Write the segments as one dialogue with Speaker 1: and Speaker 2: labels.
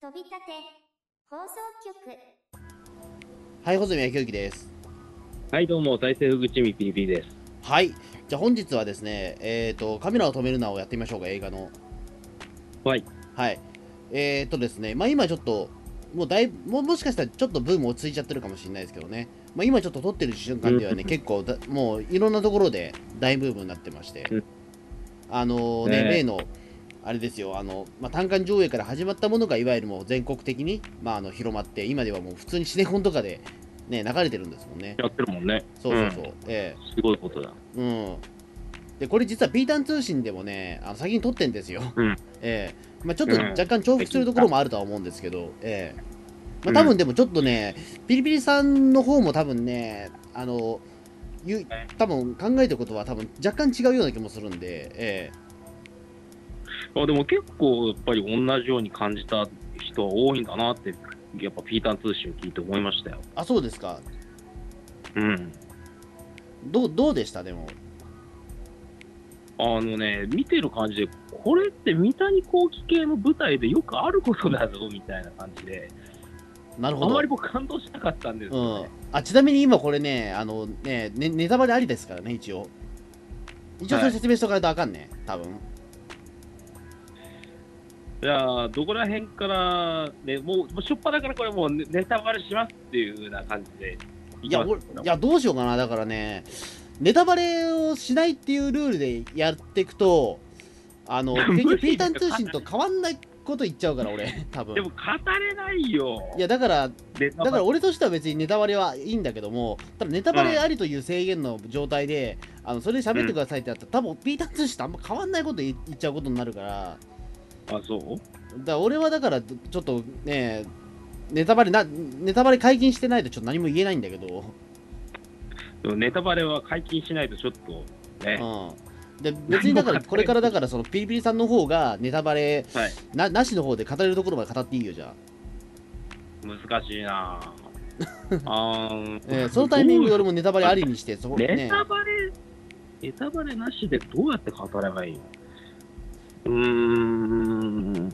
Speaker 1: 飛び立て放送局
Speaker 2: はい、穂積昭之です。
Speaker 3: はい、どうも、再生福地みぴりぴりです。
Speaker 2: はい、じゃあ本日はですね、えっ、と、カメラを止めるなをやってみましょうか、映画の。
Speaker 3: はい。
Speaker 2: はい。えっ、とですね、まあ今ちょっと、もうだいぶもうもしかしたらちょっとブーム落ち着いちゃってるかもしれないですけどね、まあ、今ちょっと撮ってる瞬間ではね、結構だ、もういろんなところで大ブームになってまして
Speaker 3: うん、
Speaker 2: あのね、
Speaker 3: ねえ
Speaker 2: 例の、あれですよ、あの、まあ、単館上映から始まったものが、いわゆるもう全国的に、まあ、あの広まって、今ではもう普通にシネコンとかで、ね、流れてるんですもんね。
Speaker 3: やってるもんね。
Speaker 2: そうそうそう。ええ
Speaker 3: うんすごいことだ。
Speaker 2: うん。で、これ実はピータン通信でもね、あの先に撮ってんですよ。
Speaker 3: うん
Speaker 2: ええまあちょっと
Speaker 3: うん
Speaker 2: 若干重複するところもあるとは思うんですけど、ええまあ多
Speaker 3: う
Speaker 2: 分
Speaker 3: ん
Speaker 2: でもちょっとね、ピリピリさんの方も多分ね、あの、ゆ多分考えてることは多分若干違うような気もするんで、え
Speaker 3: あでも結構、やっぱり同じように感じた人は多いんだなって、やっぱピーターン通信を聞いて思いましたよ
Speaker 2: え。あ、そうですか。
Speaker 3: うん。
Speaker 2: どう、どうでしたでも。
Speaker 3: あのね、見てる感じで、これって三谷幸喜系の舞台でよくあることだぞ、みたいな感じで、
Speaker 2: なる
Speaker 3: あ
Speaker 2: ほ
Speaker 3: んま
Speaker 2: ど
Speaker 3: り。僕感動しなかったんです
Speaker 2: う
Speaker 3: よ
Speaker 2: ん
Speaker 3: ね。。
Speaker 2: あ、ちなみに今これね、あのね、ねネタバレありですからね、一応。一応それ説明しとかないとあかんね、多分。
Speaker 3: じゃあ、どこら辺から、ね、もう、もうしょっぱだからこれもうネネタバレしますっていう風な感じで。
Speaker 2: いや、
Speaker 3: きま
Speaker 2: 俺
Speaker 3: す
Speaker 2: いやどうしようかな、だからね、ネタバレをしないっていうルールでやっていくと、あの、結
Speaker 3: 無
Speaker 2: 局、
Speaker 3: 理
Speaker 2: ピータン通信と変わんないこと言っちゃうから、 俺、多分
Speaker 3: でも語れないよ。
Speaker 2: いや、だから、
Speaker 3: ネタ
Speaker 2: だ
Speaker 3: バレ
Speaker 2: から俺としては別にネタバレはいいんだけども、ただネタバレありという制限の状態で、あのそれで喋ってくださいってなったら、多分ピータン通信とあんま変わんないこと言言っちゃうことになるから、
Speaker 3: あ、そう
Speaker 2: だから俺はだから、ちょっとね、ネタバレな、ネタバレ解禁してないとちょっと何も言えないんだけど。
Speaker 3: でもネタバレは解禁しないとちょっとね、
Speaker 2: うん、で別にだからこれからだからそのピリピリさんの方がネタバレ
Speaker 3: はい、
Speaker 2: ななしの方で語れるところまで語っていいよじゃあ、
Speaker 3: 難しい なぁあー
Speaker 2: えーそのタイミングで
Speaker 3: どう
Speaker 2: 俺もネタバレありにしてそこね
Speaker 3: ネタバレ、ネタバレなしでどうやって語ればいいのうーん。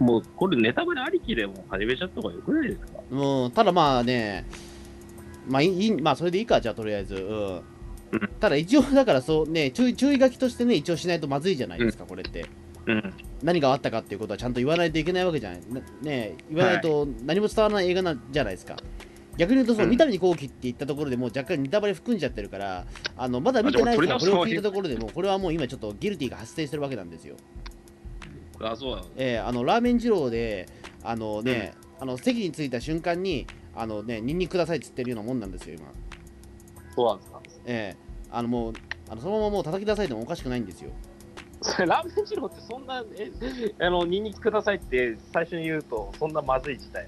Speaker 3: もうこれネタバレありきでもう始めちゃった方がよくないですか
Speaker 2: うん、ただまあねまあいいいいまあそれでいいかじゃあとりあえず、うん
Speaker 3: うん、
Speaker 2: ただ一応だからそうね注意注意書きとしてね一応しないとまずいじゃないですか、これって
Speaker 3: うん。
Speaker 2: 何があったかっていうことはちゃんと言わないといけないわけじゃないなね言わないと何も伝わらない映画なんじゃないですか、逆に言うとその
Speaker 3: うん
Speaker 2: 三谷幸喜って言ったところでもう若干ネタバレ含んじゃってるからあのまだ見てない人は
Speaker 3: あ
Speaker 2: こ
Speaker 3: で
Speaker 2: れ
Speaker 3: も
Speaker 2: を
Speaker 3: 取
Speaker 2: 聞い
Speaker 3: り出
Speaker 2: た
Speaker 3: す
Speaker 2: ところでもうこれはもう今ちょっとギルティが発生してるわけなんですよ、
Speaker 3: あ、そうなの
Speaker 2: えーあのラーメン二郎であのね、あの席に着いた瞬間にあのねニンニクくださいっつってるようなもんなんですよ今
Speaker 3: そうなんですか。
Speaker 2: えーあのもうあのそのままもう叩き出されてもおかしくないんですよ
Speaker 3: それラーメン二郎ってそんな、え、あの、ニンニクくださいって最初に言うと、そんなまずい事態。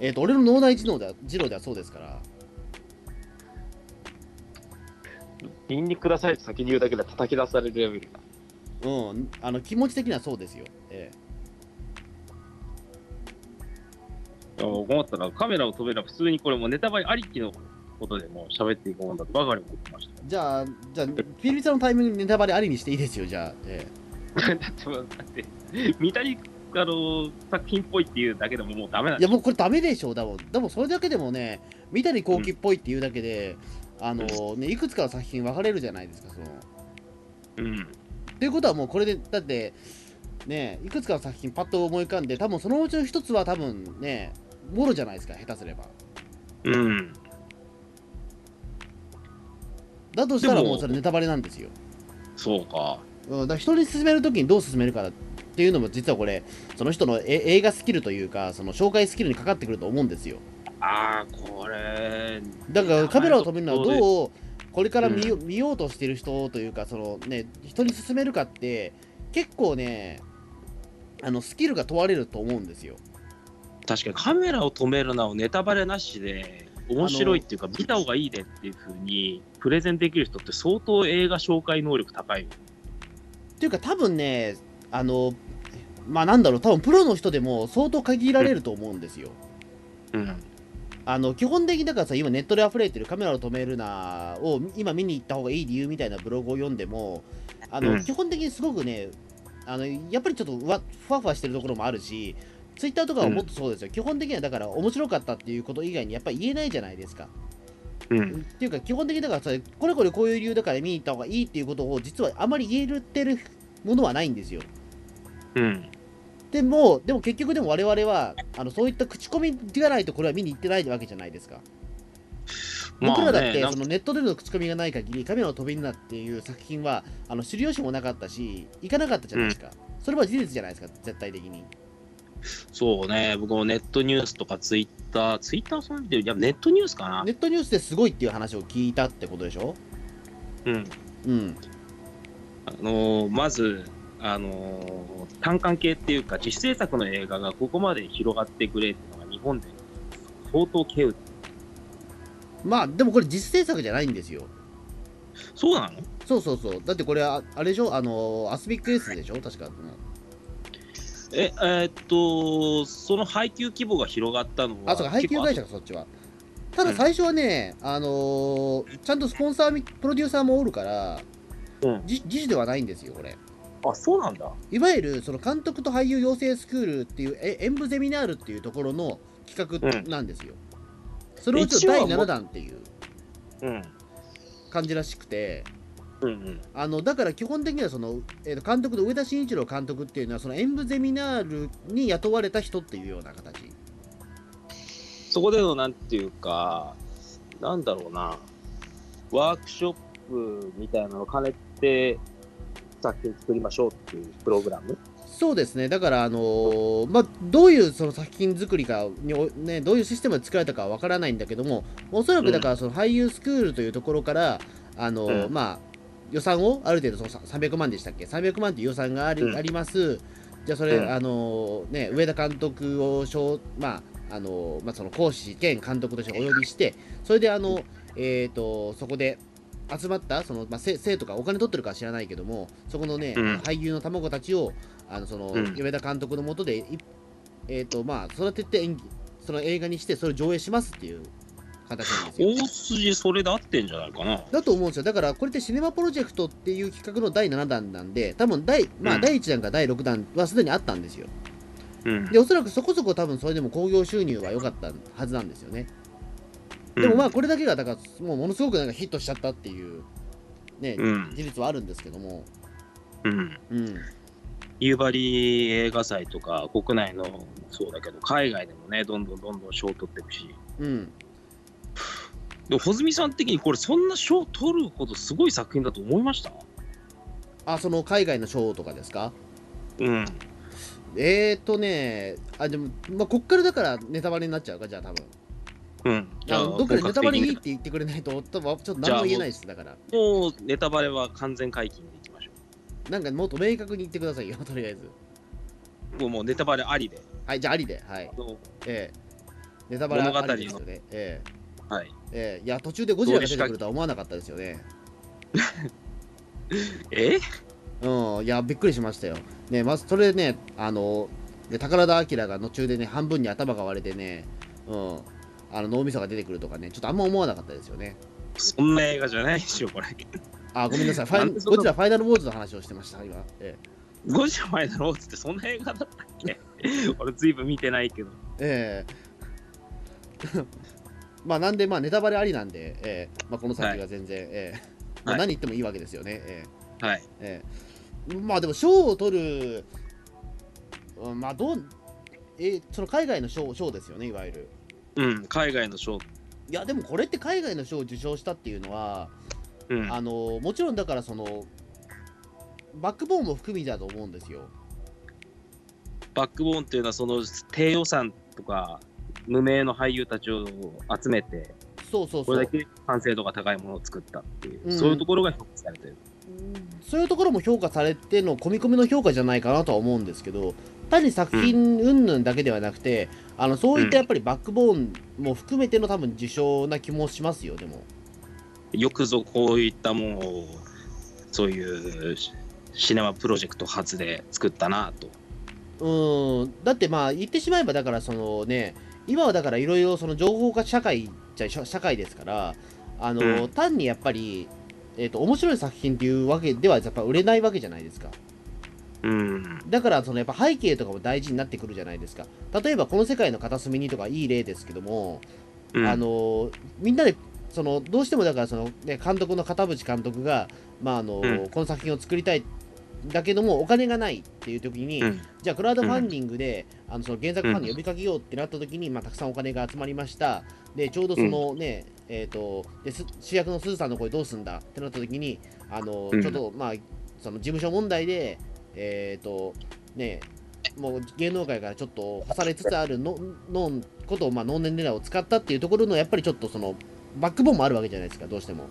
Speaker 2: えっ、と俺の脳内二郎では二郎ではそうですから
Speaker 3: ニンニクくださいって先に言うだけで叩き出されるレベル。
Speaker 2: うん、あの気持ち的にはそうですよ。え
Speaker 3: いや困ったらカメラを止めれば普通にこれもうネタバレありきのことでもう喋っていこうもんだとばかり思ってました
Speaker 2: え、じゃあ、じゃあ、ピリピさんのタイミングにネタバレありにしていいですよ、じゃあ。え
Speaker 3: よ。だってもう、だって、見たり、あの、作品っぽいっていうだけでももうダメ
Speaker 2: え
Speaker 3: なん
Speaker 2: いや、もうこれダメでしょう、だもん。でも、それだけでもね、三谷幸喜っぽいっていうだけで、あのね、いくつかの作品分かれるじゃないですか、その。
Speaker 3: うん。
Speaker 2: ということはもうこれで、だって、ねえ、いくつかの作品パッと思い浮かんで、多分そのうちの一つは多分ね、もろじゃないですか、下手すれば。
Speaker 3: うん。
Speaker 2: だとしたら
Speaker 3: でも
Speaker 2: もうそれネタバレなんですよ。
Speaker 3: そうか。
Speaker 2: うん、だから人に勧めるときにどう勧めるかっていうのも実はこれその人のえ映画スキルというかその紹介スキルにかかってくると思うんですよ
Speaker 3: ああ、これ。
Speaker 2: だからカメラを止めるのは
Speaker 3: う
Speaker 2: どうこれから見よ,、見ようとしてる人というかそのね人に勧めるかって結構ねあのスキルが問われると思うんですよ
Speaker 3: 確かにカメラを止めるなをネタバレなしで、面白いっていうか、見た方がいいでっていうふうにプレゼンできる人って相当映画紹介能力高いよ。
Speaker 2: っていうか多分ねあのまあなんだろう多分プロの人でも相当限られると思うんですよ
Speaker 3: うん。
Speaker 2: あの基本的にだからさ今ネットで溢れてるカメラを止めるなを今見に行った方がいい理由みたいなブログを読んでもあの、
Speaker 3: うん
Speaker 2: 基本的にすごくねあのやっぱりちょっとわふわふわしてるところもあるし、ツイッターとかはもっとそうですよ、基本的にはだから面白かったっていうこと以外にやっぱり言えないじゃないですか。
Speaker 3: うん、
Speaker 2: っていうか基本的にだからそれこれこれこういう理由だから見に行った方がいいっていうことを実はあまり言えてるものはないんですよ。
Speaker 3: うん、
Speaker 2: でもでも結局でも我々はあのそういった口コミがないとこれは見に行ってないわけじゃないですか。僕らだって
Speaker 3: なん
Speaker 2: そのネットでの口コミがない限り「カメラの飛びにな」っていう作品はあの知る由もなかったし行かなかったじゃないですか、それは事実じゃないですか絶対的に
Speaker 3: そうね、僕もネットニュースとかツイッター、ツイッターはそんなに出るいやネットニュースかな、
Speaker 2: ネットニュースですごいっていう話を聞いたってことでしょ
Speaker 3: うん、
Speaker 2: うん
Speaker 3: あのーまず、あのー単館系っていうか、自主制作の映画がここまで広がってくれっていうのが日本で相当経由。
Speaker 2: まあでもこれ実制作じゃないんですよ
Speaker 3: そうなの
Speaker 2: そうそうそうだってこれああれでしょあのアスビックエースでしょ確か
Speaker 3: え、えーっと、その配給規模が広がったのは、
Speaker 2: あそうか配給会社
Speaker 3: 結
Speaker 2: かそっちはただ最初はね、あのーちゃんとスポンサーみプロデューサーもおるから、
Speaker 3: うん
Speaker 2: じ自主ではないんですよこれ
Speaker 3: 構ああ、そうなんだ。
Speaker 2: いわゆるその監督と俳優養成スクールっていうえ演舞ゼミナールっていうところの企画
Speaker 3: うん
Speaker 2: なんですよ。それをちょっと
Speaker 3: 一応は
Speaker 2: 第
Speaker 3: も
Speaker 2: 7弾っていう
Speaker 3: うん、
Speaker 2: 感じらしくて、
Speaker 3: うん、うん。
Speaker 2: あのだから基本的にはその、えーと監督の上田慎一郎監督っていうのはその演舞ゼミナールに雇われた人っていうような形。
Speaker 3: そこでのなんていうか、なんだろうな、ワークショップみたいなのを兼ねて、作品作りましょうっていうプログラム。
Speaker 2: そうですねだから、あのーまあ、どういうその作品作りかにお、ね、どういうシステムで作られたかは分からないんだけどもおそらくだからその俳優スクールというところから、あのー
Speaker 3: うん
Speaker 2: まあ、予算をある程度そのさ300万でしたっけ300万という予算があり,、
Speaker 3: うん
Speaker 2: ありますじゃあそれ、
Speaker 3: うん
Speaker 2: あのーね、上田監督をしょう、まああのーまあ、その講師兼監督としてお呼びしてそれであの、えー、とそこで集まったその、まあ、せ生徒がお金取ってるかは知らないけどもそこのね、
Speaker 3: うん
Speaker 2: 俳優の卵たちをあのその、
Speaker 3: うん
Speaker 2: 上田監督のもとでい、えーとまあ、育てて演技その映画にしてそれを上映しますっていう形なんですよ
Speaker 3: 大筋それで合ってんじゃないかな。
Speaker 2: だと思うんですよだからこれってシネマプロジェクトっていう企画の第7弾なんで多分第,、まあ、
Speaker 3: うん
Speaker 2: 第1弾か第6弾はすでにあったんですよ
Speaker 3: うん
Speaker 2: でおそらくそこそこ多分それでも興行収入は良かったはずなんですよねでもまあこれだけがだからもうものすごくなんかヒットしちゃったっていうね、
Speaker 3: うん、
Speaker 2: 事実はあるんですけども、
Speaker 3: うん。
Speaker 2: うん、
Speaker 3: 夕張映画祭とか、国内のもそうだけど、海外でもね、どんどんどんどん賞取っていくし。
Speaker 2: うん、
Speaker 3: でも、穂積さん的にこれ、そんな賞取るほどすごい作品だと思いました
Speaker 2: あその海外の賞とかですか
Speaker 3: うん。
Speaker 2: えーとねあでも、まあ、こっからだからネタバレになっちゃうかじゃあ多分
Speaker 3: うん。
Speaker 2: あのどっかでネタバレいいっ
Speaker 3: に
Speaker 2: て言ってくれないと多分ちょっと何も言えないですだから
Speaker 3: もう、ネタバレは完全解禁でいきましょ
Speaker 2: なんかもっと明確に言ってくださいよ とりあえず
Speaker 3: う。もう、もうネタバレありで。
Speaker 2: はいじゃあありではい
Speaker 3: あの
Speaker 2: ええネタバレ
Speaker 3: 物語の
Speaker 2: ありですよねええ
Speaker 3: はい。
Speaker 2: ええいや途中でゴジラが出てくるとは思わなかったですよね
Speaker 3: え
Speaker 2: うんいやびっくりしましたよねまずそれでねあので宝田明が途中でね半分に頭が割れてねうんあの脳みそが出てくるとかねちょっとあんま思わなかったですよね
Speaker 3: そんな映画じゃないでしょ、これ。
Speaker 2: あ、ごめんなさい。ファイ
Speaker 3: なんでそん
Speaker 2: ゴ
Speaker 3: な
Speaker 2: ジラファイナルウォーズの話をしてました、今。え
Speaker 3: 5時前だろうっつって、そんな映画だったっけ 俺、ずいぶん見てないけど。
Speaker 2: えええ まあ、なんで、まあ、ネタバレありなんで、ええまあ、この先は全然、ええまあ、
Speaker 3: はい
Speaker 2: 何言ってもいいわけですよね。え
Speaker 3: はい。
Speaker 2: えええまあ、でも、賞を取る、うんまあ、どう、えその海外の賞賞ですよね、いわゆる。
Speaker 3: うん、海外の賞。
Speaker 2: いや、でも、これって海外の賞を受賞したっていうのは、
Speaker 3: うん。
Speaker 2: あのもちろんだから、その、バックボーンも含みだと思うんですよ。
Speaker 3: バックボーンっていうのは、その低予算とか、無名の俳優たちを集めて、
Speaker 2: そうそう
Speaker 3: こ
Speaker 2: そう
Speaker 3: れだ。け完成度が高いものを作ったっていう、
Speaker 2: うん
Speaker 3: そういうところが評価されてる。
Speaker 2: そういうところも評価されての込み込みの評価じゃないかなとは思うんですけど単に作品云々だけではなくて、あのそういったやっぱりバックボーンも含めての多分受賞な気もしますよでも
Speaker 3: よくぞこういったものを、そういうシシネマプロジェクト発で作ったなと。
Speaker 2: うーんだってまあ言ってしまえばだからそのね今はだからいろいろその情報化社会じゃ社社会ですからあの、
Speaker 3: うん
Speaker 2: 単にやっぱり、えー、と面白い作品っていうわけではやっぱ売れないわけじゃないですか
Speaker 3: うん。
Speaker 2: だからそのやっぱ背景とかも大事になってくるじゃないですか例えばこの世界の片隅にとかいい例ですけども、
Speaker 3: うん
Speaker 2: あ、のみんなでそのどうしてもだからその、ね、監督の片渕監督が、まああの
Speaker 3: うん
Speaker 2: この作品を作りたいだけどもお金がないっていう時に、
Speaker 3: うん
Speaker 2: じゃあクラウドファンディングで、あのその原作ファンに呼びかけようってなった時に、まあ、たくさんお金が集まりましたでちょうどそのね、えー、とです主役のすずさんの声どうすんだってなった時にあの、
Speaker 3: うん
Speaker 2: ちょっとまあその事務所問題でえっ、とねもう芸能界からちょっと干されつつあるののんことをまあノンネン狙いを使ったっていうところのやっぱりちょっとそのバックボーンもあるわけじゃないですかどうしても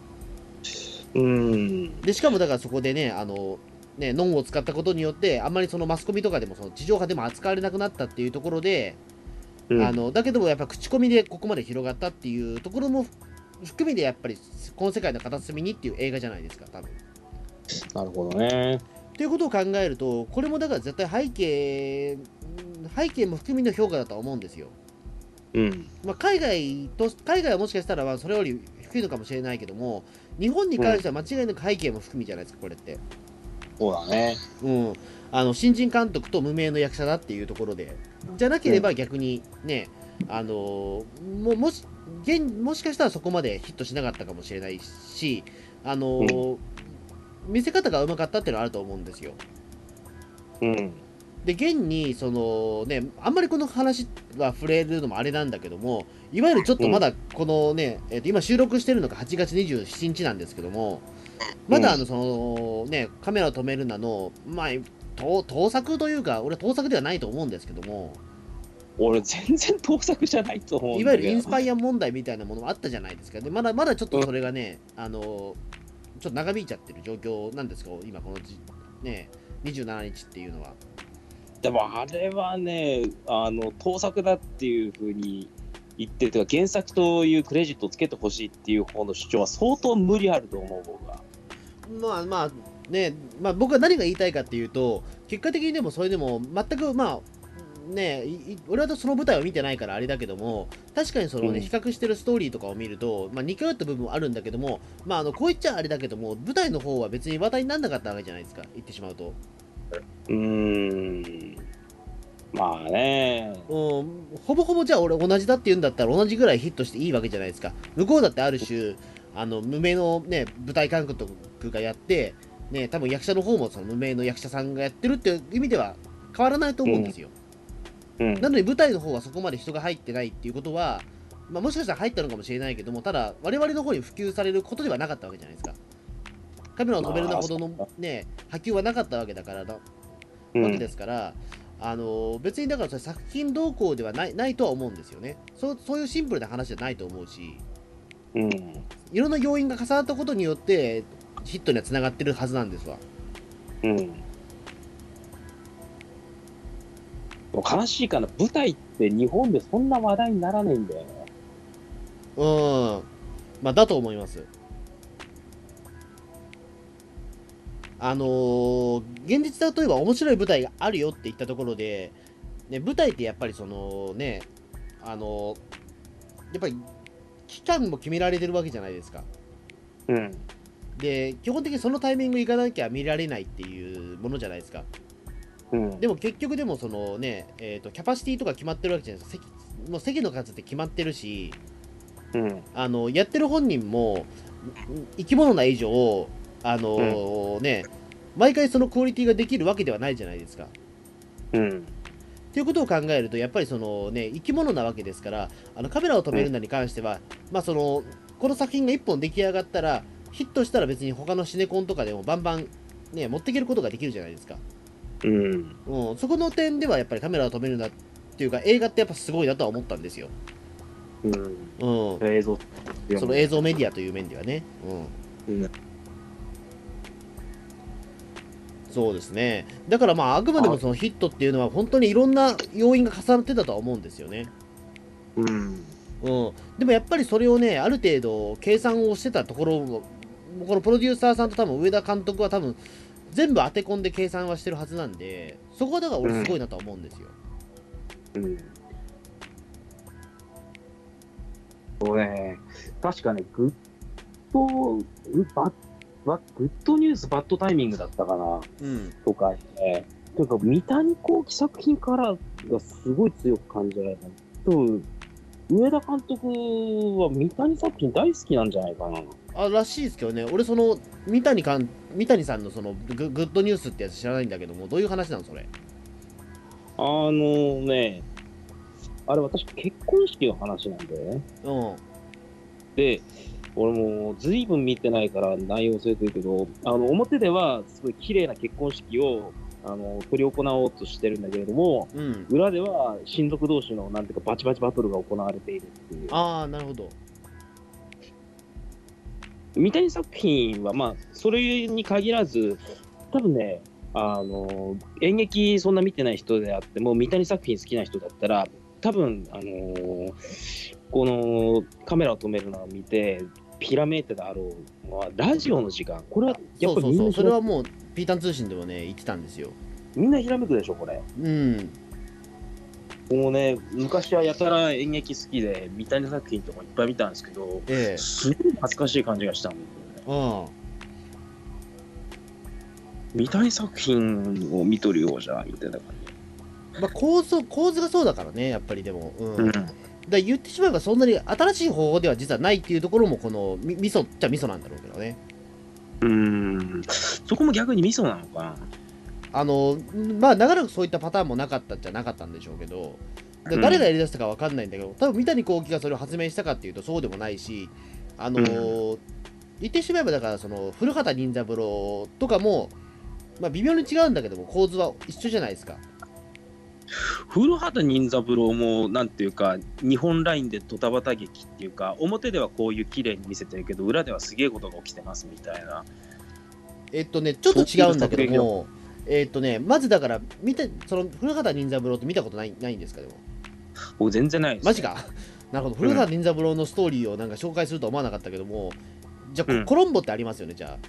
Speaker 3: うん。
Speaker 2: でしかもだからそこでねあのねノンを使ったことによってあんまりそのマスコミとかでもその地上波でも扱われなくなったっていうところで、
Speaker 3: うん
Speaker 2: あのだけどもやっぱ口コミでここまで広がったっていうところも含みでやっぱりこの世界の片隅にっていう映画じゃないですか多分。
Speaker 3: なるほどね。
Speaker 2: ということを考えるとこれもだから絶対背景背景も含みの評価だとは思うんですよ。
Speaker 3: うん。
Speaker 2: まあ、海外と海外はもしかしたらまあそれより低いのかもしれないけども日本に関しては間違いなく背景も含みじゃないですかこれって。
Speaker 3: そうだね。
Speaker 2: うん、あの新人監督と無名の役者だっていうところで、じゃなければ逆にね、あのーももし現もしかしたらそこまでヒットしなかったかもしれないし、あのー見せ方がうまかったっていうのはあると思うんですよ。
Speaker 3: うん。
Speaker 2: で現にその、ね、あんまりこの話は触れるのもあれなんだけども、いわゆるちょっとまだこのね、えっと今収録してるのが8月27日なんですけども、まだあのその、ね、カメラを止めるなの、まあ、盗盗作というか、俺は盗作ではないと思うんですけども、
Speaker 3: 俺、全然盗作じゃないと思う
Speaker 2: い
Speaker 3: ん
Speaker 2: わ
Speaker 3: だ
Speaker 2: ゆ
Speaker 3: け
Speaker 2: る
Speaker 3: ど。
Speaker 2: インスパイア問題みたいなものもあったじゃないですか、でまだまだちょっとそれがね、あのちょっと長引いちゃってる状況なんですけど、今このじ、ね、27日っていうのは。
Speaker 3: でもあれはね、あの盗作だっていうふうに言ってるというか、原作というクレジットをつけてほしいっていう方の主張は相当無理あると思う、僕は。
Speaker 2: まあまあね、まあ、僕は何が言いたいかっていうと結果的にでもそれでも全くまあねいい俺はその舞台を見てないからあれだけども確かにその、ね
Speaker 3: うん
Speaker 2: 比較してるストーリーとかを見ると、まあ、似通った部分はあるんだけども、まあ、あのこう言っちゃあれだけども舞台の方は別に話題にならなかったわけじゃないですか言ってしまうと、
Speaker 3: うーん。まあね。
Speaker 2: うん、ほぼほぼじゃあ俺同じだって言うんだったら同じぐらいヒットしていいわけじゃないですか向こうだってある種あの無名の、ね、舞台監督がやって、ね、多分役者の方もその無名の役者さんがやってるっていう意味では変わらないと思うんですよ、
Speaker 3: うん
Speaker 2: なのに舞台の方はそこまで人が入ってないっていうことは、まあ、もしかしたら入ったのかもしれないけどもただ我々の方に普及されることではなかったわけじゃないですかカメラを止めるなほど
Speaker 3: まあ
Speaker 2: の、ね、波及はなかったわけだからだ
Speaker 3: うん
Speaker 2: わけですから、あの別にだからそれ作品動向ではないないとは思うんですよねそうそういうシンプルな話じゃないと思うし
Speaker 3: うん
Speaker 2: いろんな要因が重なったことによってヒットにはつながってるはずなんですわ
Speaker 3: うんでも悲しいかな、舞台って日本でそんな話題にならないんだよね。
Speaker 2: うんまあだと思いますあのー現実だといえば面白い舞台があるよって言ったところで、ね、舞台ってやっぱりそのねあのーやっぱり期間も決められてるわけじゃないですか
Speaker 3: うん、
Speaker 2: で基本的にそのタイミング行かなきゃ見られないっていうものじゃないですか
Speaker 3: うん、
Speaker 2: でも結局でもそのね、えー、とキャパシティとか決まってるわけじゃないですか席もう席の数って決まってるし
Speaker 3: うん、
Speaker 2: あのやってる本人もん生き物な以上あのーね毎回そのクオリティができるわけではないじゃないですか
Speaker 3: うん、
Speaker 2: ということを考えると、やっぱりそのね、生き物なわけですから、あのカメラを止めるなに関しては、まあその、この作品が1本出来上がったら、ヒットしたら別に他のシネコンとかでもバンバン、ね、持っていけることができるじゃないですか。
Speaker 3: うん、
Speaker 2: うん、そこの点ではやっぱりカメラを止めるなっていうか、映画ってやっぱすごいなとは思ったんですよ。
Speaker 3: うん。
Speaker 2: うん。
Speaker 3: 映像
Speaker 2: その映像メディアという面ではね。うん。
Speaker 3: うん
Speaker 2: そうですね。だからまあ、あくまでもそのヒットっていうのは、本当にいろんな要因が重なってたとは思うんですよね。
Speaker 3: うん
Speaker 2: うん、でもやっぱりそれをね、ある程度計算をしてたところも、このプロデューサーさんと多分上田監督は多分全部当て込んで計算はしてるはずなんで、そこはだから俺すごいなとは思うんですよ。
Speaker 3: うんそうね、確かね、グッド、んバッバッグッドニュース、バッドタイミングだったかな、
Speaker 2: うん。
Speaker 3: とかね、なんか三谷幸喜作品からがすごい強く感じられた。多分上田監督は三谷作品大好きなんじゃないかな。
Speaker 2: あらしいですけどね俺その三谷かん三谷さんのそのググッドニュースってやつ知らないんだけどもどういう話なのそれ
Speaker 3: あのね、あれ私結婚式の話なんだよね。
Speaker 2: うん
Speaker 3: で、俺もう随分見てないから内容忘れてるけど、あの表ではすごい綺麗な結婚式をあの執り行おうとしてるんだけれども、
Speaker 2: うん
Speaker 3: 裏では親族同士のなんていうかバチバチバトルが行われているっていう。
Speaker 2: ああなるほど
Speaker 3: 三谷作品は、まあ、それに限らず、多分ね、あの演劇そんな見てない人であっても、三谷作品好きな人だったら、多分あのこのカメラを止めるのを見て、ピラメーテだろうのは、ラジオの時間、これはや
Speaker 2: そ
Speaker 3: っ
Speaker 2: う
Speaker 3: ぱ
Speaker 2: そ
Speaker 3: り
Speaker 2: う
Speaker 3: みん
Speaker 2: そ
Speaker 3: な
Speaker 2: う
Speaker 3: ひ
Speaker 2: それ
Speaker 3: ら
Speaker 2: はもうピータン通信でもね言ってたんですよ
Speaker 3: みんなひらめくでしょ、これ。
Speaker 2: うん
Speaker 3: もうね、昔はやたら演劇好きで、三谷作品とかいっぱい見たんですけど、
Speaker 2: ええ
Speaker 3: すごい懐かしい感じがしたんですよね。
Speaker 2: ああ
Speaker 3: 見たい作品を見とるようじゃみたいな感
Speaker 2: まあ構造構図がそうだからねやっぱりでもうん、だ
Speaker 3: じ、
Speaker 2: から言ってしまえばそんなに新しい方法では実はないっていうところもこのみ味噌っちゃ味噌なんだろうけどね
Speaker 3: うん、うんそこも逆にミソなのか
Speaker 2: あのまあ長らくそういったパターンもなかったっちゃなかったんでしょうけどだから誰がやりだしたかわかんないんだけど、多分三谷幸喜がそれを発明したかっていうとそうでもないしあのー言ってしまえばだからその古畑任三郎とかも、まあ、微妙に違うんだけども構図は一緒じゃないですか
Speaker 3: 古畑任三郎もなんていうか日本ラインでドタバタ劇っていうか表ではこういう綺麗に見せてるけど裏ではすげえことが起きてますみたいな
Speaker 2: えっとねちょっと違うんだけどもえっとねまずだから見てその古畑任三郎って見たことないないんですかでも
Speaker 3: 僕全然ないです、
Speaker 2: マジかなるほど古畑任三郎のストーリーをなんか紹介するとは思わなかったけどもじゃあ、
Speaker 3: うん
Speaker 2: コロンボってありますよねじゃあ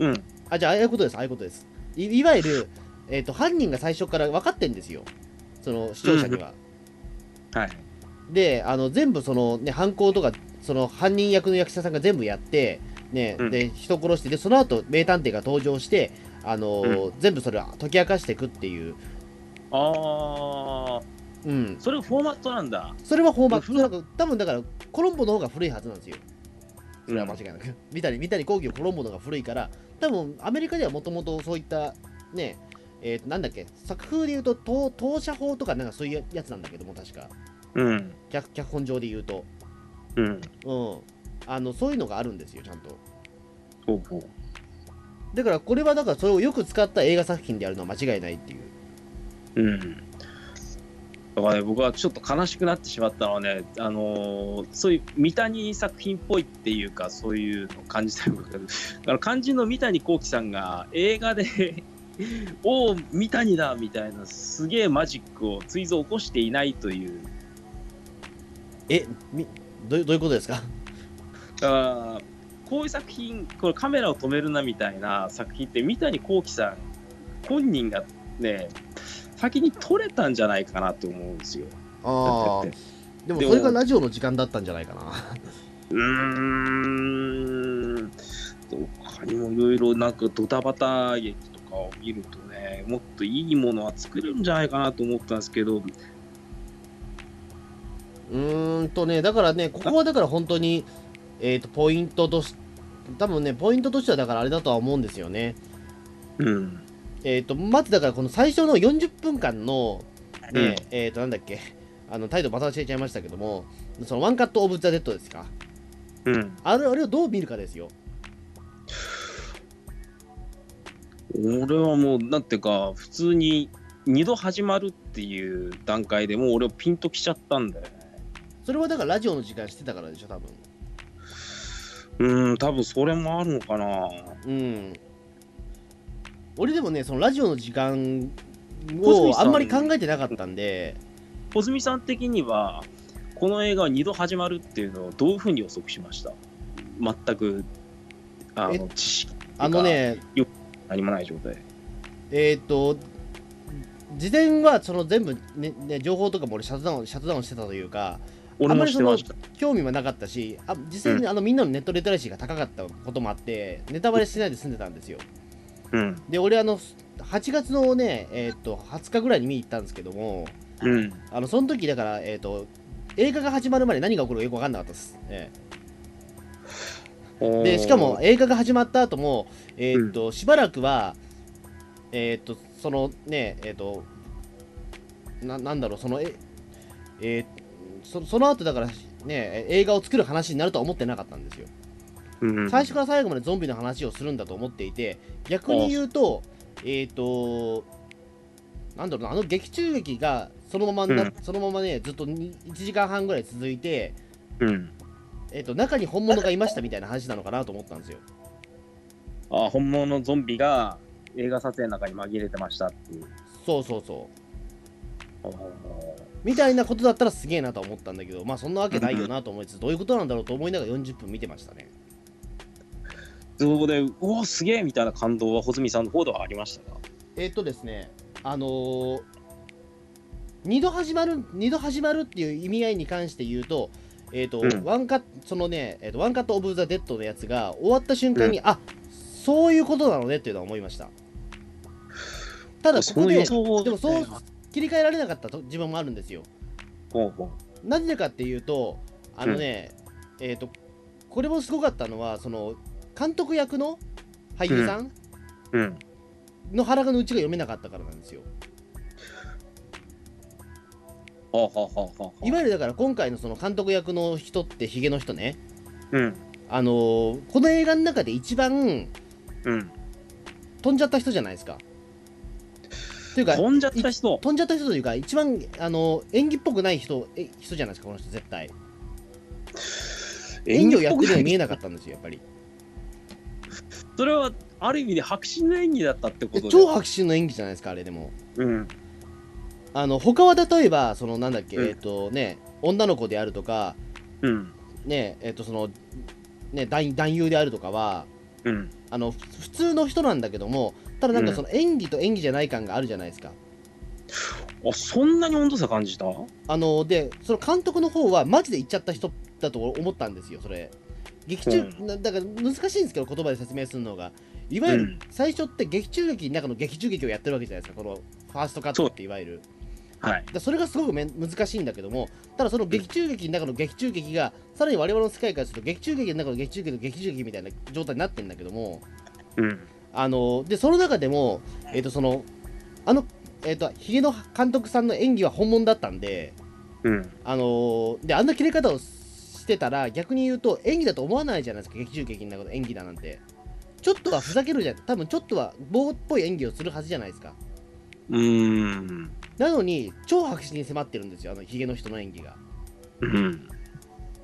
Speaker 3: うん
Speaker 2: あ、じゃあ、ああいうことです、ああいうことです。いいわゆる、えっと犯人が最初から分かってんですよ、その視聴者には。
Speaker 3: はい
Speaker 2: であの、全部その、ね、犯行とか、その犯人役の役者さんが全部やって、ね
Speaker 3: うん
Speaker 2: で人殺してで、その後名探偵が登場して、あのー全部それを解き明かしていくっていう、
Speaker 3: ああ
Speaker 2: うん、
Speaker 3: それフォーマットなんだ
Speaker 2: それはフォーマッ
Speaker 3: う
Speaker 2: ト、
Speaker 3: ん
Speaker 2: なんか多分だから、コロンボの方が古いはずなんですよ。それは間違いなく。 三谷、三谷幸喜をコロンボの方が古いから、多分アメリカではもともとそういった、ね、えーとなんだっけ、作風で言うと、投投射法とかなんかそういうやつなんだけども、確か。
Speaker 3: うん
Speaker 2: 脚脚本上で言うと。
Speaker 3: うん
Speaker 2: うん。あの、そういうのがあるんですよ、ちゃんと。
Speaker 3: ほうほう
Speaker 2: だから、これはだから、それをよく使った映画作品であるのは間違いないっていう。
Speaker 3: うん。だからね、僕はちょっと悲しくなってしまったのはね、あのーそういう三谷作品っぽいっていうか、そういうのを感じたりもするあの肝心の三谷幸喜さんが映画で、 おお、三谷だみたいな、すげえマジックを追蔵起こしていないという、
Speaker 2: え、みどうどういうことですか
Speaker 3: だからこういう作品、これカメラを止めるなみたいな作品って、三谷幸喜さん本人がね、先に撮れたんじゃないかなと思うんですよ。
Speaker 2: ああ。 でも、
Speaker 3: でも
Speaker 2: それがラジオの時間だったんじゃないかな。
Speaker 3: うーん、他にもいろいろなんかドタバタ劇とかを見るとね、もっといいものは作れるんじゃないかなと思ったんですけど、
Speaker 2: うーんとね、だからね、ここはだから本当に、えー、とポイントとし、多分ね、ポイントとしてはだからあれだとは思うんですよね。
Speaker 3: うん、
Speaker 2: えっ、と、まずだからこの最初の40分間の、ね
Speaker 3: うん
Speaker 2: えっ、と、なんだっけ、あの、態度バタバタしてちゃいましたけども、そのワンカットオブザ・デッドですか。
Speaker 3: うん、
Speaker 2: あれあれをどう見るかですよ。
Speaker 3: 俺はもう、なんていうか、普通に2度始まるっていう段階でもう俺はピンときちゃったんだよね。
Speaker 2: それはだからラジオの時間してたからでしょ、多分。
Speaker 3: うん、多分それもあるのかな。
Speaker 2: うん。俺でもね、そのラジオの時間
Speaker 3: 小泉
Speaker 2: を
Speaker 3: さん
Speaker 2: あんまり考えてなかったんで、
Speaker 3: 小泉さん的には、この映画は2度始まるっていうのをどういうふうに予測しました全くあ
Speaker 2: え
Speaker 3: の知識
Speaker 2: あのね、
Speaker 3: 何もない状態。
Speaker 2: えーっ、と、事前はその全部、ねね、情報とかも俺シャットダウンシャットダウンしてたというか、
Speaker 3: 俺もしてました。
Speaker 2: 興味はなかったし、あ実際にあのみんなのネットリテラシーが高かったこともあって、ネタバレしないで済んでたんですよ。
Speaker 3: うん。
Speaker 2: で、俺あの、 8月のね、えーっと20日ぐらいに見に行ったんですけども、
Speaker 3: うん。
Speaker 2: あのその時だから、えーっと映画が始まるまで何が起こるかよく分かんなかったです。ええでしかも、映画が始まった後も、えーっとしばらくは、えーっとそのね、えーっとななんだろう、そのえ、えーそその後だから、ね、映画を作る話になるとは思ってなかったんですよ。
Speaker 3: うん、
Speaker 2: 最初から最後までゾンビの話をするんだと思っていて逆に言うとえっ、となんだろうなあの劇中劇がそのままな、
Speaker 3: うん
Speaker 2: そのままねずっとに1時間半ぐらい続いて、
Speaker 3: うん。
Speaker 2: えー、と中に本物がいましたみたいな話なのかなと思ったんですよ
Speaker 3: あ本物のゾンビが映画撮影の中に紛れてましたっていう。
Speaker 2: そうそうそう
Speaker 3: あー
Speaker 2: みたいなことだったらすげえなとは思ったんだけどまあそんなわけないよなと思いつつどういうことなんだろうと思いながら40分見てましたね
Speaker 3: そこで、うおすげえみたいな感動は、穂積さんの方ではありましたか
Speaker 2: えっ、とですねあのー二度始まる二度始まるっていう意味合いに関して言うとえっ、と、
Speaker 3: うん
Speaker 2: ワンカットそのね、えー、とワンカットオブザデッドのやつが終わった瞬間に、あそういうことなのねっていうのは思いましたただここ
Speaker 3: う
Speaker 2: で
Speaker 3: 予想を
Speaker 2: でもそう切り替えられなかったと自分もあるんですよ
Speaker 3: ほうほう
Speaker 2: なぜかっていうとあのね、えっ、とこれもすごかったのはその監督役の俳優さん
Speaker 3: うん。
Speaker 2: の腹の内が読めなかったからなんですよ
Speaker 3: ほうほうほうほうほう。
Speaker 2: いわゆるだから今回のその監督役の人ってヒゲの人ね、
Speaker 3: うん。
Speaker 2: あのーこの映画の中で一番
Speaker 3: うん。
Speaker 2: 飛んじゃった人じゃないですか。というか、
Speaker 3: 飛んじゃった人。
Speaker 2: 飛んじゃった人というか、一番、あのー演技っぽくない人え人じゃないですか、この人、絶対。演技をやってるように見えなかったんですよ、やっぱり。
Speaker 3: それは、ある意味で白紙の演技だったってことで。
Speaker 2: 超迫真の演技じゃないですか、あれでも。
Speaker 3: うん。
Speaker 2: あの他は例えば、そのなんだっけ、
Speaker 3: うん
Speaker 2: えっ、とね、女の子であるとか、
Speaker 3: うん。
Speaker 2: ね、えっ、と、その、ね、男男優であるとかは、
Speaker 3: うん。
Speaker 2: あのふ普通の人なんだけども、ただなんかその演技と演技じゃない感があるじゃないですか。
Speaker 3: あ、そんなに温度差感じたほ
Speaker 2: あのでその監督の方はマジで言っちゃった人だと思ったんですよそれ劇中、
Speaker 3: うん
Speaker 2: なだから難しいんですけど言葉で説明するのがいわゆ
Speaker 3: う
Speaker 2: る
Speaker 3: ん
Speaker 2: 最初って劇中劇の中の劇中劇をやってるわけじゃないですかこのファーストカットっていわゆる
Speaker 3: はい。
Speaker 2: だそれがすごくめん難しいんだけどもただその劇中劇の中の劇中劇がさらに我々の世界からすると劇中劇の中の劇中劇の劇中劇みたいな状態になってるんだけども
Speaker 3: うん。
Speaker 2: あのでその中でもえっ、とそのあのえっ、とヒゲの監督さんの演技は本物だったんで
Speaker 3: うん。
Speaker 2: あのーであんな切れ方をしてたら逆に言うと演技だと思わないじゃないですか劇中劇の中で演技だなんてちょっとはふざけるじゃん多分ちょっとは棒っぽい演技をするはずじゃないですか
Speaker 3: うーん。
Speaker 2: なのに超白紙に迫ってるんですよあのヒゲの人の演技が
Speaker 3: うん。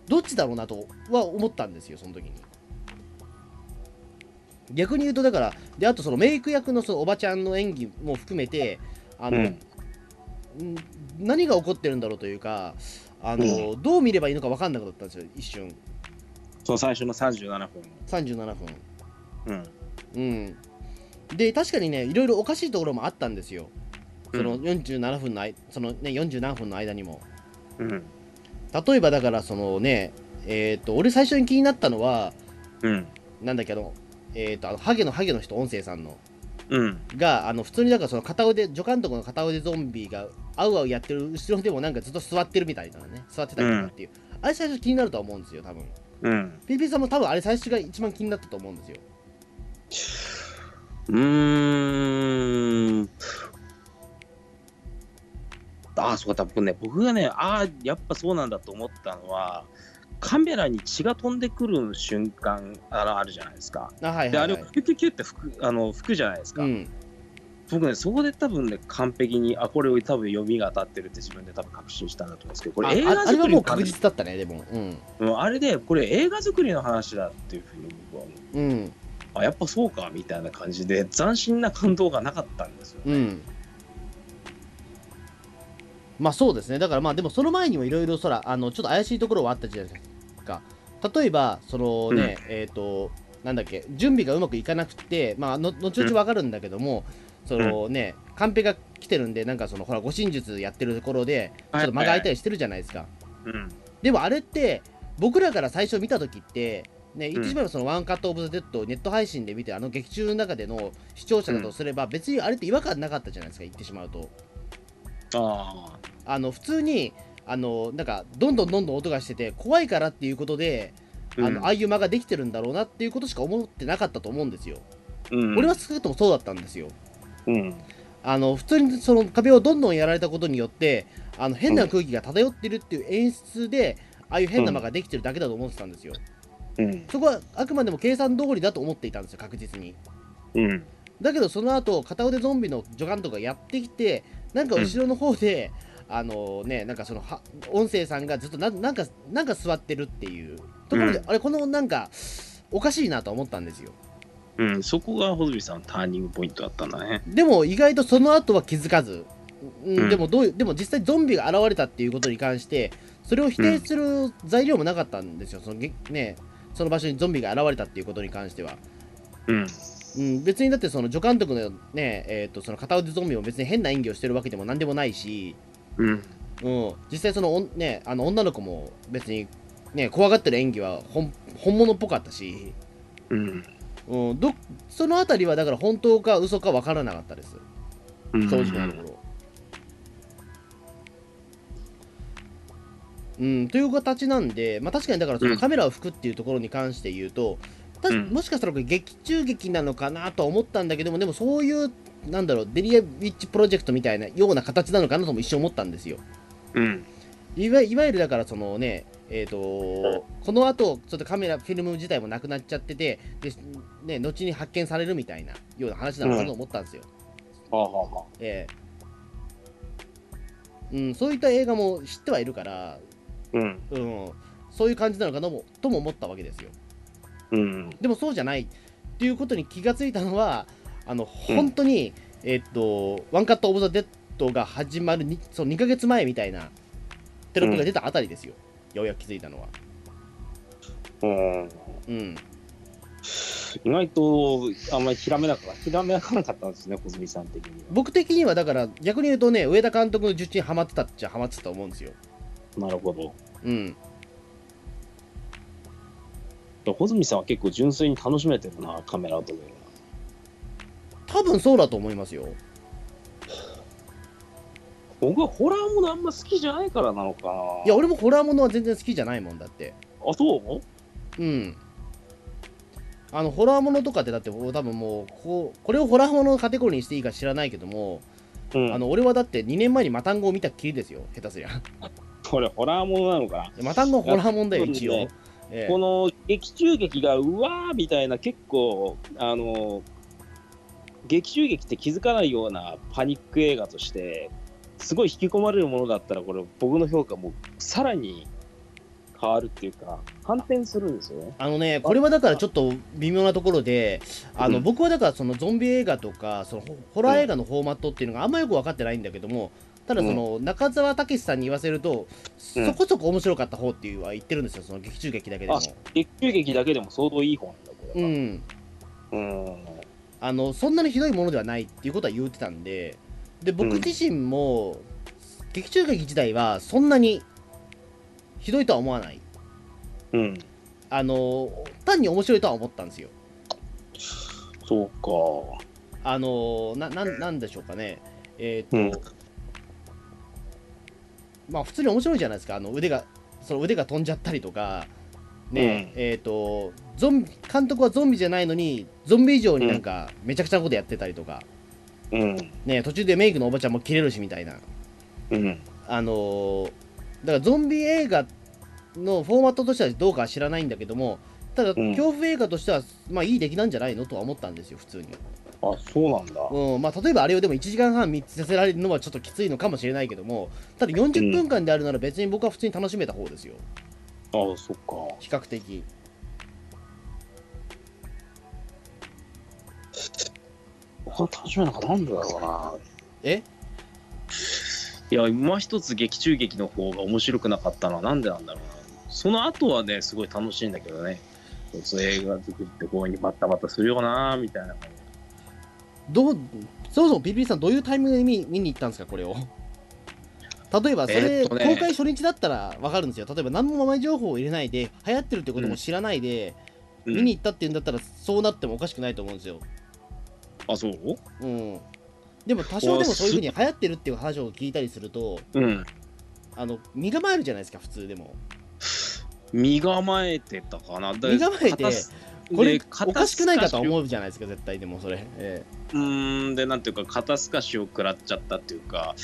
Speaker 2: どっちだろうなとは思ったんですよその時に逆に言うとだからであとそのメイク役のそのおばちゃんの演技も含めてあの、
Speaker 3: うん
Speaker 2: ん何が起こってるんだろうというかあの、どう見ればいいのか分かんなくなったんですよ一瞬
Speaker 3: その最初の37分。
Speaker 2: 37分
Speaker 3: うん。
Speaker 2: うん、で確かにねいろいろおかしいところもあったんですよその47分のあいそのね40何分の間にも
Speaker 3: うん。
Speaker 2: 例えばだからそのねえっ、と俺最初に気になったのは
Speaker 3: うん。
Speaker 2: なんだっけあのえっ、とあのハゲのハゲの人音声さんの
Speaker 3: うん。
Speaker 2: があの普通にだからその片腕助監督の片腕ゾンビがあうあうやってる後ろでもなんかずっと座ってるみたいなね座ってたりとかっていう、あれ最初気になるとは思うんですよ多分
Speaker 3: うん。
Speaker 2: PP さんも多分あれ最初が一番気になったと思うんですよ
Speaker 3: うーん。ああ、そうか、僕ね、僕がね、ああ、やっぱそうなんだと思ったのは、カメラに血が飛んでくる瞬間あらあるじゃないですか。
Speaker 2: あはい
Speaker 3: で、
Speaker 2: は
Speaker 3: あ
Speaker 2: い、
Speaker 3: れ
Speaker 2: は
Speaker 3: を
Speaker 2: い、
Speaker 3: キュキュキュって吹くあの吹くじゃないですか。
Speaker 2: うん
Speaker 3: 僕ね、そこで多分ね、完璧に、あ、これを多分読みが当たってるって自分で多分確信したんだと思うんですけど、こ
Speaker 2: あ
Speaker 3: れ映
Speaker 2: あ
Speaker 3: 画
Speaker 2: あれは
Speaker 3: 作り
Speaker 2: も
Speaker 3: の
Speaker 2: う確
Speaker 3: 話
Speaker 2: 実だったねでもうん
Speaker 3: うんあれで、これ映画作りの話だっていうふうに僕は思う。
Speaker 2: うん
Speaker 3: あ、やっぱそうか、みたいな感じで、斬新な感動がなかったんですよ。
Speaker 2: うんまあそうですねだからまあでもその前にもいろいろそらあのちょっと怪しいところはあったじゃないですか例えばそのね、えっ、となんだっけ準備がうまくいかなくてまあの後々わかるんだけども、そのねカンペが来てるんでなんかそのほら護身術やってるところでちょっと間が空いたりしてるじゃないですか、
Speaker 3: うん。
Speaker 2: でもあれって僕らから最初見た時ってね、言ってしまえばそのワンカット・オブ・ザ・デッドをネット配信で見て、あの劇中の中での視聴者だとすれば、別にあれって違和感なかったじゃないですか、言ってしまうと。
Speaker 3: あ
Speaker 2: あの普通にあのなんかどんどんどんどん音がしてて怖いからっていうことで、
Speaker 3: ー
Speaker 2: あのああいう間ができてるんだろうなっていうことしか思ってなかったと思うんですよ。
Speaker 3: うん、
Speaker 2: 俺は少なくともそうだったんですよ。
Speaker 3: うん、
Speaker 2: あの普通にその壁をどんどんやられたことによってあの変な空気が漂ってるっていう演出で、ああいう変な間ができてるだけだと思ってたんですよ。
Speaker 3: うん、
Speaker 2: そこはあくまでも計算通りだと思っていたんですよ確実に。
Speaker 3: うん、
Speaker 2: だけどその後片腕ゾンビの助監督がやってきてなんか後ろの方で、あのねなんかそのは音声さんがずっとななんかなんか座ってるっていうところで、
Speaker 3: うん
Speaker 2: あれこのなんかおかしいなと思ったんですよ
Speaker 3: うん、そこが穂積さんのターニングポイントだったんだね。
Speaker 2: でも意外とその後は気づかず、うん
Speaker 3: うん
Speaker 2: でもどういうでも実際ゾンビが現れたっていうことに関してそれを否定する材料もなかったんですよ、そのげねその場所にゾンビが現れたっていうことに関しては
Speaker 3: うん、
Speaker 2: うん、別にだってその助監督のね、えー、とその片腕ゾンビも別に変な演技をしてるわけでも何でもないし、
Speaker 3: うん、
Speaker 2: うん、実際そのおん、ね、あの女の子も別に、ね、怖がってる演技は本本物っぽかったし、
Speaker 3: うん、
Speaker 2: うん、どそのあたりはだから本当か嘘か分からなかったです
Speaker 3: うん、
Speaker 2: 正直なところ。うん、という形なんで、まあ、確かにだからそのカメラを拭くっていうところに関して言うと、た
Speaker 3: うん
Speaker 2: もしかしたらこれ劇中劇なのかなとは思ったんだけどもでもそういうなんだろうデリアウィッチプロジェクトみたいなような形なのかなとも一瞬思ったんですよ。
Speaker 3: うん、
Speaker 2: いわいわゆるだからそのねえー、とこのあとちょっとカメラフィルム自体もなくなっちゃっててで、ね、後に発見されるみたいなような話なのかなと思ったんですよ。
Speaker 3: はあはあは
Speaker 2: ええうん、そういった映画も知ってはいるから、
Speaker 3: あ、うん、
Speaker 2: うん、そういう感じなのかなもとも思ったわけですよ
Speaker 3: うん、
Speaker 2: でもそうじゃないっていうことに気がついたのはあの本当に、えっと「ワンカット・オブ・ザ・デッド」が始まるにその2ヶ月前みたいなテロップが出たあたりですよ、ようやく気づいたのは
Speaker 3: うん。
Speaker 2: うん
Speaker 3: 意外とあんまりひらめなかった、ひらめかなかったんですね、穂積さん的には。
Speaker 2: 僕的にはだから逆に言うとね上田監督の受注にハマってたっちゃハマってたと思うんですよ
Speaker 3: なるほど。
Speaker 2: うん
Speaker 3: 穂積さんは結構純粋に楽しめてるな、カメラアートで。
Speaker 2: 多分そうだと思いますよ
Speaker 3: 僕はホラーものあんま好きじゃないからなのかな。
Speaker 2: いや俺もホラーものは全然好きじゃないもんだって
Speaker 3: あ、そう
Speaker 2: うん。あの、ホラーものとかって、だって、多分もうこう、これをホラーもののカテゴリーにしていいか知らないけども、
Speaker 3: うん、
Speaker 2: あ
Speaker 3: あの
Speaker 2: の、俺はだって2年前にマタンゴを見たっきりですよ、下手すりゃ。
Speaker 3: これホラーものなのかな。
Speaker 2: マタンゴはホラーもんだよ、一
Speaker 3: いや
Speaker 2: 応。ええ
Speaker 3: この劇中劇がうわーみたいな結構あの劇中劇って気づかないようなパニック映画としてすごい引き込まれるものだったらこれ僕の評価もさらに変わるっていうか反転するんですよね。
Speaker 2: あのね、これはだからちょっと微妙なところで、あの、
Speaker 3: うん
Speaker 2: 僕はだからそのゾンビ映画とか、そのホホラー映画のフォーマットっていうのがあんまよく分かってないんだけども、ただその中澤武さんに言わせると、
Speaker 3: うん
Speaker 2: そこそこ面白かった方っていうは言ってるんですよ、その劇中劇だけでも
Speaker 3: あ。劇中劇だけでも相当いい方なんだこ
Speaker 2: う
Speaker 3: れは。
Speaker 2: ん。
Speaker 3: うん
Speaker 2: あのそんなにひどいものではないっていうことは言ってたんでで僕
Speaker 3: うん
Speaker 2: 自身も、劇中劇自体はそんなにひどいとは思わない
Speaker 3: うん、
Speaker 2: あの単に面白いとは思ったんですよ
Speaker 3: そうか。
Speaker 2: あのななんなんでしょうかねえーっと、まあ普通に面白いじゃないですかあの腕がその腕が飛んじゃったりとかね、えーっとゾンビ監督はゾンビじゃないのにゾンビ以上になんかめちゃくちゃなことやってたりとか、
Speaker 3: うん
Speaker 2: ね途中でメイクのおばちゃんも切れるしみたいな
Speaker 3: うん
Speaker 2: あのーだからゾンビ映画のフォーマットとしてはどうかは知らないんだけどもただ
Speaker 3: ん
Speaker 2: 恐怖映画としては、まあいい出来なんじゃないのとは思ったんですよ普通に、
Speaker 3: あそうなんだ。
Speaker 2: うんまあ、例えばあれをでも1時間半見させられるのはちょっときついのかもしれないけどもただ40分間であるなら別に僕は普通に楽しめた方ですよ
Speaker 3: あそっか。
Speaker 2: 比較的
Speaker 3: 他楽しめなかったなんでだろうな。
Speaker 2: え
Speaker 3: いや、今一つ劇中劇の方が面白くなかったのはなんでなんだろうな。その後はね、すごい楽しいんだけどね。こいつ映画作ってこうにバタバタするよなみたいな感じ。
Speaker 2: どうそもそもピリピリさんどういうタイミングで見見に行ったんですかこれを例えばそれ、
Speaker 3: えーっとね
Speaker 2: 公開初日だったらわかるんですよ例えば何も前情報を入れないで流行ってるってことも知らないで、
Speaker 3: うん
Speaker 2: 見に行ったっていうんだったらそうなってもおかしくないと思うんですよ。
Speaker 3: あ、そう
Speaker 2: うん、でも多少でもそういうふうに流行ってるっていう話を聞いたりすると
Speaker 3: うん。
Speaker 2: あの身構えるじゃないですか普通でも。
Speaker 3: 身構えてたかな。だ
Speaker 2: 身構えて
Speaker 3: 片す
Speaker 2: これ
Speaker 3: で片
Speaker 2: おかしくないかと
Speaker 3: 透かし
Speaker 2: 思うじゃないですか絶対でもそれ。ええ
Speaker 3: うーんでなんていうか肩透かしを食らっちゃったっていうか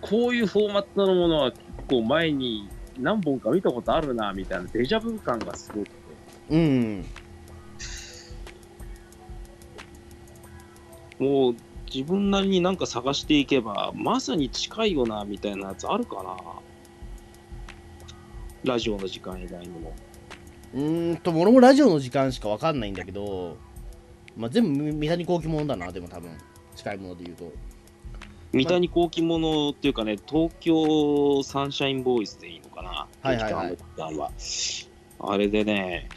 Speaker 3: こういうフォーマットのものは結構前に何本か見たことあるなみたいなデジャブ感がすごくて
Speaker 2: うん
Speaker 3: もう自分なりになんか探していけばまさに近いよなみたいなやつあるかなラジオの時間以外にも
Speaker 2: うーんと、俺もラジオの時間しかわかんないんだけど、まあ、全部三谷幸喜ものだな、でも多分、近いもので言うと。
Speaker 3: 三谷幸喜ものっていうかね、東京サンシャインボーイズでいいのかな、
Speaker 2: はいはいはい
Speaker 3: 劇団はあれでね、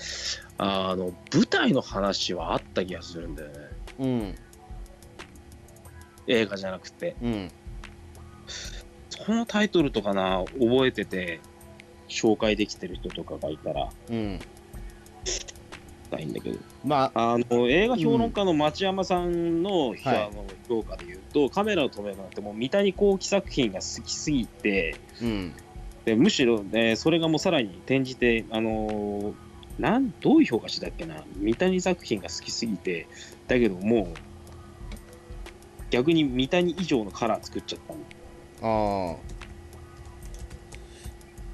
Speaker 3: あの舞台の話はあった気がするんだよね、
Speaker 2: うん、
Speaker 3: 映画じゃなくて、
Speaker 2: うん。
Speaker 3: そのタイトルとかな、覚えてて、紹介できてる人とかがいたら、
Speaker 2: うん。
Speaker 3: ないんだけど、
Speaker 2: まあ、
Speaker 3: あの映画評論家の町山さんの,、あの評価で言うと、カメラを止めるなんて、もう三谷幸喜作品が好きすぎて、
Speaker 2: うん。
Speaker 3: でむしろ、ね、それがもうさらに転じて、あのーなんどういう評価したっけな三谷作品が好きすぎてだけどもう逆に三谷以上のカラー作っちゃった
Speaker 2: あ
Speaker 3: の
Speaker 2: あ。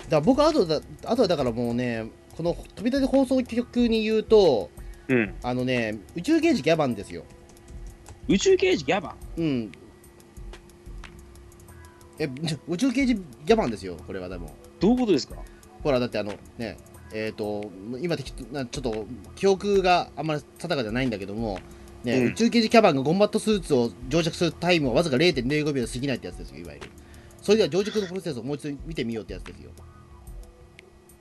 Speaker 2: だから僕、あとだ、あとはだからもうね、この飛び立て放送局に言うと、
Speaker 3: うん
Speaker 2: あのね、宇宙刑事ギャバンですよ。
Speaker 3: 宇宙刑事ギャバン
Speaker 2: うん。え、 宇宙刑事ギャバンですよ、これはでも。
Speaker 3: どういうことですか
Speaker 2: ほら、だってあの、ね、えっ、と、今適当なちょっと、記憶があんまり定かじゃないんだけども、ね、
Speaker 3: うん
Speaker 2: 宇宙刑事キャバンがゴンバットスーツを乗着するタイムはわずか0.05秒過ぎないってやつですよ、いわゆる。それでは乗着のプロセスをもう一度見てみようってやつですよ。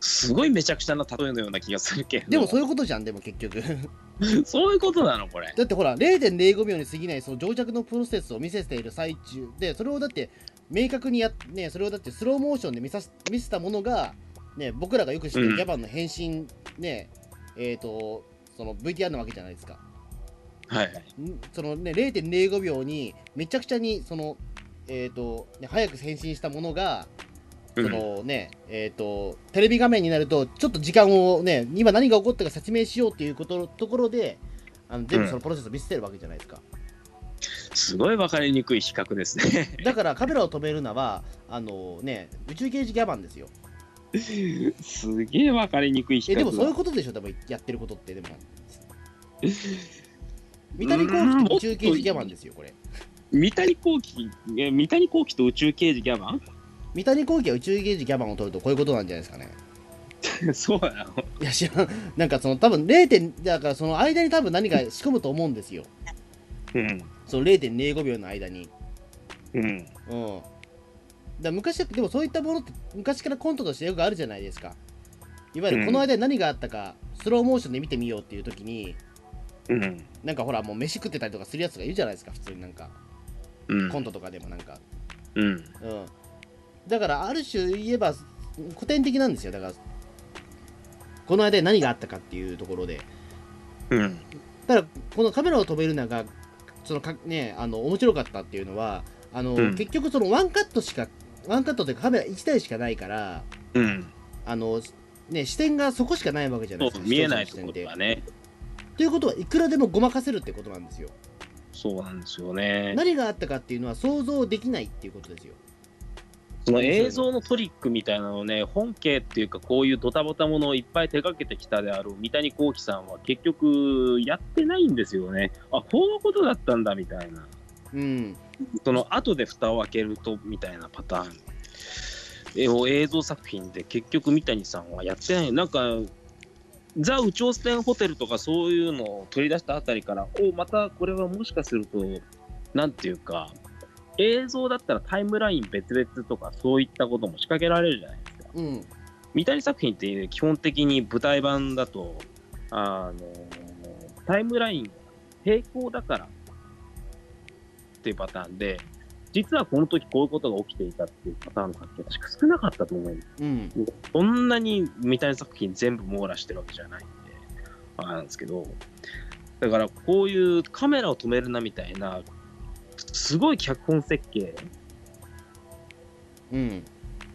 Speaker 3: すごいめちゃくちゃな例えのような気がするけど
Speaker 2: でもそういうことじゃん、でも結局。
Speaker 3: そういうことなのこれ
Speaker 2: だってほら、0.05秒に過ぎないその乗着のプロセスを見せている最中で、それをだって、明確にやっ、ね、それをだってスローモーションで見さす見せたものが、ね、僕らがよく知って
Speaker 3: う
Speaker 2: る
Speaker 3: ん
Speaker 2: ギャバンの変身、ね、えっ、と、その VTR なわけじゃないですか。
Speaker 3: はいはい
Speaker 2: んそのね、0.05秒にめちゃくちゃにその、えーとね、早く変身したものが、そのねえー、とテレビ画面になるとちょっと時間をね今何が起こったか説明しようっていうことところであの全部そのプロセスを見せてるわけじゃないですか、
Speaker 3: すごい分かりにくい比較ですね
Speaker 2: だからカメラを止めるなはあの、ね、宇宙刑事ギャバンですよ
Speaker 3: すげえ分かりにくい比
Speaker 2: え
Speaker 3: 較
Speaker 2: でもそういう
Speaker 3: だ
Speaker 2: ことでしょ多分やってること ってでも三谷幸喜と宇宙刑事ギャバンですよこれ
Speaker 3: 三谷幸喜え三谷幸喜と宇宙刑事ギャバン
Speaker 2: 三谷幸喜が宇宙刑事ギャバンを撮るとこういうことなんじゃないですかね
Speaker 3: そうなの
Speaker 2: いや知らんなんかその多分0点だからその間に多分何か仕込むと思うんですよ
Speaker 3: うん
Speaker 2: その0.05秒の間に
Speaker 3: うん
Speaker 2: うんだから昔だってでもそういったものって昔からコントとしてよくあるじゃないですかいわゆ
Speaker 3: うん
Speaker 2: るこの間に何があったか、スローモーションで見てみようっていう時に
Speaker 3: うん
Speaker 2: なんかほらもう飯食ってたりとかするやつがいるじゃないですか普通になんか
Speaker 3: うん
Speaker 2: コントとかでもなんか
Speaker 3: うん
Speaker 2: うんだからある種言えば古典的なんですよだからこの間に何があったかっていうところで
Speaker 3: うん
Speaker 2: ただこのカメラを止めるのがそのかねあの面白かったっていうのはあの、
Speaker 3: うん
Speaker 2: 結局そのワンカットしかワンカットというかカメラ1台しかないから
Speaker 3: うん
Speaker 2: あのね視点がそこしかないわけじゃない
Speaker 3: そ
Speaker 2: です
Speaker 3: う
Speaker 2: か
Speaker 3: 見えない
Speaker 2: 視
Speaker 3: と
Speaker 2: 聴者の
Speaker 3: こ
Speaker 2: 視点
Speaker 3: ろが
Speaker 2: って
Speaker 3: ね
Speaker 2: ということはいくらでもごまかせるってことなんですよ
Speaker 3: そうなんですよね
Speaker 2: 何があったかっていうのは想像できないっていうことですよ
Speaker 3: その映像のトリックみたいなのをね本家っていうかこういうドタバタものをいっぱい手掛けてきたであろう三谷幸喜さんは結局やってないんですよねあこういうことだったんだみたいな
Speaker 2: うん
Speaker 3: その後で蓋を開けるとみたいなパターンえを映像作品で結局三谷さんはやってないなんかザ・宇宙ステンホテルとかそういうのを取り出したあたりからおまたこれはもしかするとなんていうか映像だったらタイムライン別々とかそういったことも仕掛けられるじゃないですか
Speaker 2: うん
Speaker 3: 三谷作品って基本的に舞台版だとあのタイムラインが平行だからっていうパターンで実はこの時こういうことが起きていたっていうパターンの発見、確か少なかったと思うんです。
Speaker 2: うん
Speaker 3: そんなに三谷作品全部網羅してるわけじゃないんで、あれなんですけど、だからこういうカメラを止めるなみたいな、すごい脚本設計
Speaker 2: うん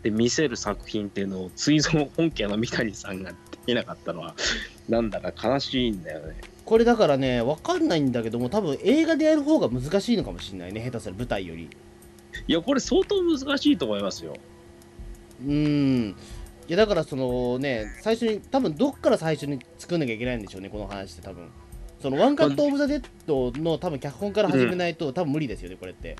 Speaker 3: で見せる作品っていうのを追蔵本家の三谷さんができなかったのは、 なんだか悲しいんだよね。
Speaker 2: これだからね分かんないんだけども多分映画でやる方が難しいのかもしれないね下手する舞台より
Speaker 3: いや、これ相当難しいと思いますよ。
Speaker 2: うんいやだからそのね最初に多分どっから最初に作んなきゃいけないんでしょうねこの話って多分そのワンカット・オブ・ザ・デッドの多分脚本から始めないと、多分無理ですよねこれって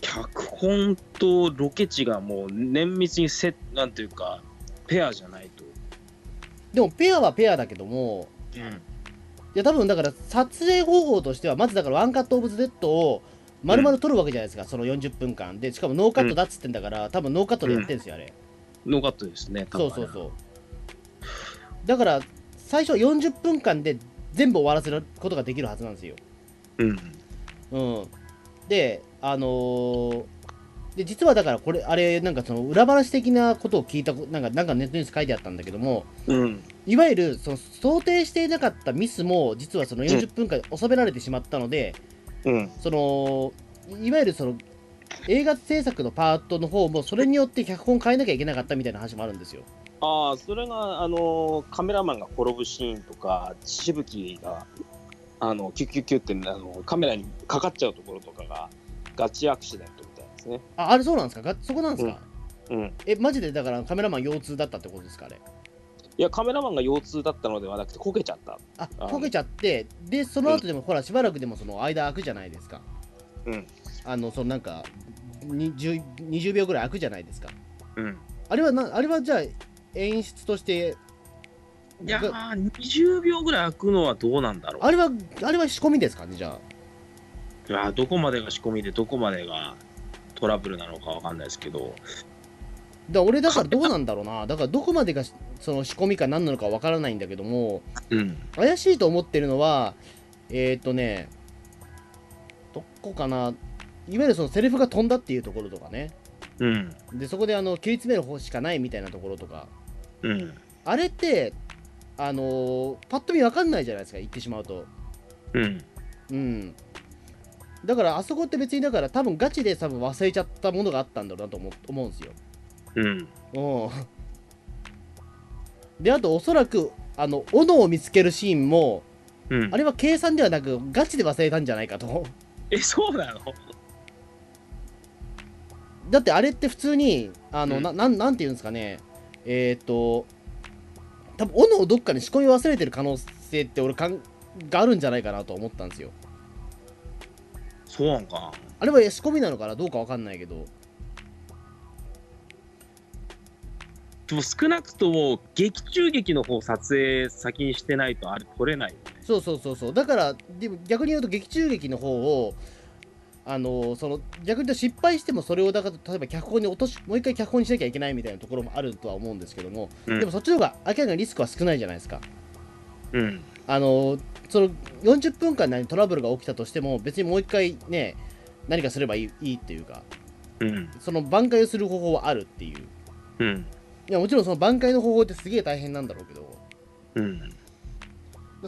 Speaker 3: 脚本とロケ地がもう綿密にセなんていうかペアじゃないと、
Speaker 2: でもペアはペアだけどもいや多分だから撮影方法としてはまずだからワンカット・オブ・ザ・デッドを丸々撮るわけじゃないですか、その40分間でしかもノーカットだっつってんだから、多分ノーカットでやってんですよあれ、
Speaker 3: ノーカットですね
Speaker 2: そうそうそうだから最初は40分間で全部終わらせることができるはずなんですよ
Speaker 3: う、うん、
Speaker 2: うん、であのーで実はだからこれあれなんかその裏話的なことを聞いたこなんかなんかネットニュース書いてあったんだけども
Speaker 3: うん、
Speaker 2: いわゆるその想定していなかったミスも実はその40分間で収められてしまったので
Speaker 3: うん、
Speaker 2: そのいわゆるその映画制作のパートの方もそれによって脚本変えなきゃいけなかったみたいな話もあるんですよ。
Speaker 3: ああそれがあのカメラマンが転ぶシーンとかしぶきがあのキュッキュッキュッってあのカメラにかかっちゃうところとかがガチアクシデントみたいですね
Speaker 2: ああれそうなんですかがそこなんですか、
Speaker 3: うん
Speaker 2: えマジでだからカメラマン腰痛だったってことですかあれ
Speaker 3: いやカメラマンが腰痛だったのではなくてこけちゃった
Speaker 2: あ
Speaker 3: あ
Speaker 2: 焦げちゃってでその後でも、ほらしばらくでもその間空くじゃないですか
Speaker 3: うん
Speaker 2: あのそのなんかに10 20秒ぐらい空くじゃないですか
Speaker 3: うん
Speaker 2: あれはなあれはじゃあ演出として
Speaker 3: いやー20秒ぐらい開くのはどうなんだろう
Speaker 2: あれはあれは仕込みですかねじゃ
Speaker 3: いやーどこまでが仕込みでどこまでがトラブルなのかわかんないですけど
Speaker 2: あだ俺だからどうなんだろうな だからどこまでがしその仕込みか何なのかわからないんだけども
Speaker 3: うん
Speaker 2: 怪しいと思ってるのはえっ、ー、とねどこかないわゆるそのセリフが飛んだっていうところとかね
Speaker 3: うん
Speaker 2: でそこであの切り詰める方しかないみたいなところとか
Speaker 3: うん
Speaker 2: あれってあのーパッと見わかんないじゃないですか言ってしまうと
Speaker 3: うん
Speaker 2: うんだからあそこって別にだから多分ガチで多分忘れちゃったものがあったんだろうなと思う思うんですよ
Speaker 3: うん
Speaker 2: うんであとおそらくあの斧を見つけるシーンも
Speaker 3: うん
Speaker 2: あれは計算ではなくガチで忘れたんじゃないかと
Speaker 3: えそうなの
Speaker 2: だってあれって普通にあの、
Speaker 3: うん
Speaker 2: ななんなんていうんですかねえっ、と多分斧をどっかに仕込み忘れてる可能性って俺かんがあるんじゃないかなと思ったんですよ
Speaker 3: そうなんか
Speaker 2: あれは仕込みなのかなどうかわかんないけど
Speaker 3: でも少なくとも劇中劇の方撮影先にしてないとあれ撮れないよね
Speaker 2: そうそうそうそうだからでも逆に言うと劇中劇の方をあのその逆に言うと失敗してもそれをだから例えば脚本に落としもう一回脚本にしなきゃいけないみたいなところもあるとは思うんですけども、
Speaker 3: うん
Speaker 2: でもそっちの方が明らかにリスクは少ないじゃないですか
Speaker 3: うん
Speaker 2: あのその40分間何トラブルが起きたとしても別にもう一回ね何かすればいいいいっていうか
Speaker 3: うん
Speaker 2: その挽回をする方法はあるっていうい
Speaker 3: うん
Speaker 2: やもちろんその挽回の方法ってすげえ大変なんだろうけど
Speaker 3: うん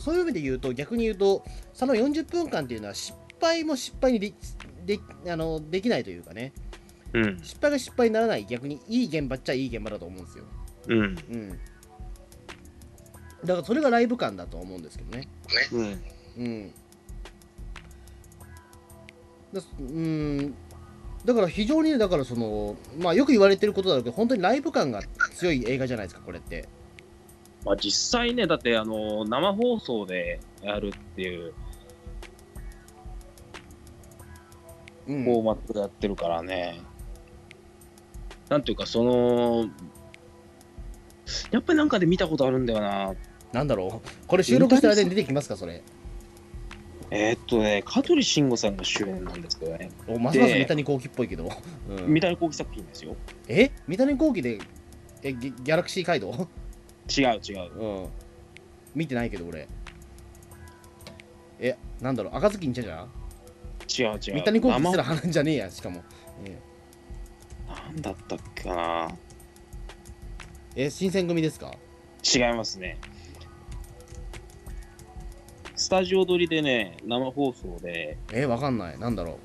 Speaker 2: そういう意味で言うと逆に言うとその40分間っていうのは失敗も失敗にでであのできないというかね
Speaker 3: うん
Speaker 2: 失敗が失敗にならない逆にいい現場っちゃいい現場だと思うんですよ、
Speaker 3: うん
Speaker 2: うん、だからそれがライブ感だと思うんですけどねう
Speaker 3: うん
Speaker 2: んだうんだから非常にねだからそのまあよく言われてることだろうけど本当にライブ感が強い映画じゃないですかこれって
Speaker 3: まあ実際ねだってあの生放送でやるっていう
Speaker 2: うん
Speaker 3: フォーマットでやってるからね、なんていうか、その、やっぱりなんかで見たことあるんだよな。
Speaker 2: なんだろうこれ収録した間に出てきますかそれ
Speaker 3: えーっとね、香取慎吾さんが主演なんですけどね、
Speaker 2: おますます
Speaker 3: で
Speaker 2: 三谷幸喜っぽいけど、うん
Speaker 3: 三谷幸喜作品ですよ。
Speaker 2: え三谷幸喜でえギギャラクシー街道
Speaker 3: 違う違う。
Speaker 2: うん見てないけど俺えなんだろう赤ずきんちゃじゃん
Speaker 3: 違う違う。
Speaker 2: 三谷幸喜
Speaker 3: 生
Speaker 2: す
Speaker 3: な
Speaker 2: ら花じゃねえやしかも、え
Speaker 3: んだったっけか
Speaker 2: ーえー新選組ですか
Speaker 3: な。違いますね。スタジオ撮りでね、生放送で、
Speaker 2: えー、わかんないなんだろ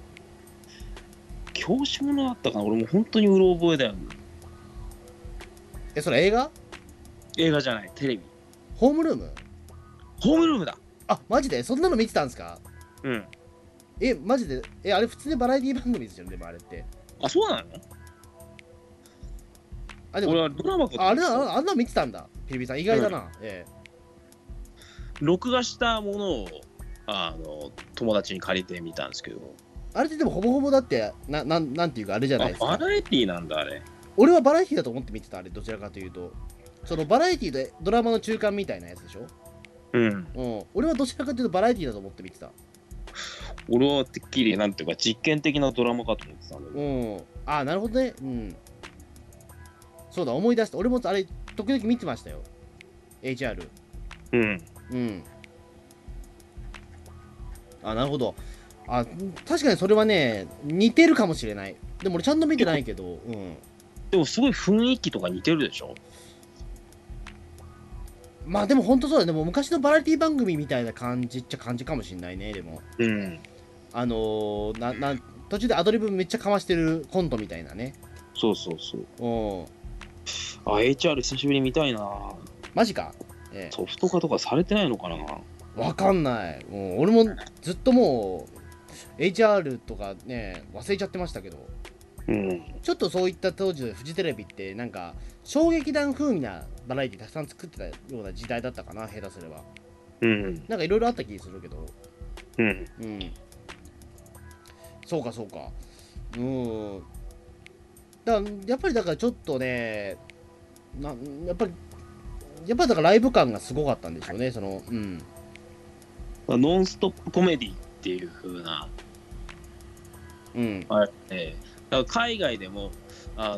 Speaker 3: 教師ものだったかな俺もう本当にうろ覚えだよ。
Speaker 2: うえそれ映画
Speaker 3: 映画じゃない、テレビ。
Speaker 2: ホームルーム
Speaker 3: ホームルームだ
Speaker 2: あマジでそんなの見てたんですか
Speaker 3: うん。
Speaker 2: えマジでえあれ普通にバラエティ番組ですよねでもあれって
Speaker 3: あ、そうなの
Speaker 2: あで
Speaker 3: 俺
Speaker 2: も
Speaker 3: はドラマかと
Speaker 2: ああ
Speaker 3: 思って
Speaker 2: れ
Speaker 3: た
Speaker 2: ああんなの見てたんだピリピリさん意外だな、えー
Speaker 3: 録画したものをあの友達に借りてみたんですけど
Speaker 2: あれってでもほぼほぼだってななんなんていうかあれじゃない
Speaker 3: あ
Speaker 2: です
Speaker 3: バ
Speaker 2: か
Speaker 3: ラエティーなんだあれ
Speaker 2: 俺はバラエティだと思って見てたあれどちらかというとそのバラエティでドラマの中間みたいなやつでしょ
Speaker 3: うん
Speaker 2: うん俺はどちらかというとバラエティだと思って見てた
Speaker 3: 俺はてっきりなんていうか実験的なドラマかと思ってたんだけ
Speaker 2: う
Speaker 3: ど
Speaker 2: んああなるほどねうんそうだ思い出した俺もあれ時々見てましたよ HR
Speaker 3: うん
Speaker 2: うんあなるほどあ確かにそれはね似てるかもしれないでも俺ちゃんと見てないけどうん
Speaker 3: でもすごい雰囲気とか似てるでしょ
Speaker 2: まあでも本当そうだねでも昔のバラエティ番組みたいな感じっちゃ感じかもしれないねでも
Speaker 3: うん
Speaker 2: あのー、ななん途中でアドリブめっちゃかましてるコントみたいなね。
Speaker 3: そうそうそう
Speaker 2: うん。
Speaker 3: あ HR 久しぶりに見たいな
Speaker 2: マジか。え
Speaker 3: ソフト化とかされてないのかな
Speaker 2: え、わかんない。うん、俺もずっともう HR とかね、忘れちゃってましたけど、
Speaker 3: うん
Speaker 2: ちょっとそういった当時のフジテレビってなんか衝撃弾風味なバラエティたくさん作ってたような時代だったかな、下手すれば。
Speaker 3: うん
Speaker 2: なんかいろいろあった気するけど。
Speaker 3: うん
Speaker 2: うん。そうかそうか。うん。だからやっぱりだからちょっとね、なやっぱり、やっぱりだからライブ感がすごかったんでしょうね、その、うん。
Speaker 3: ノンストップコメディっていう風な
Speaker 2: うん。
Speaker 3: あれってだから海外でも、あの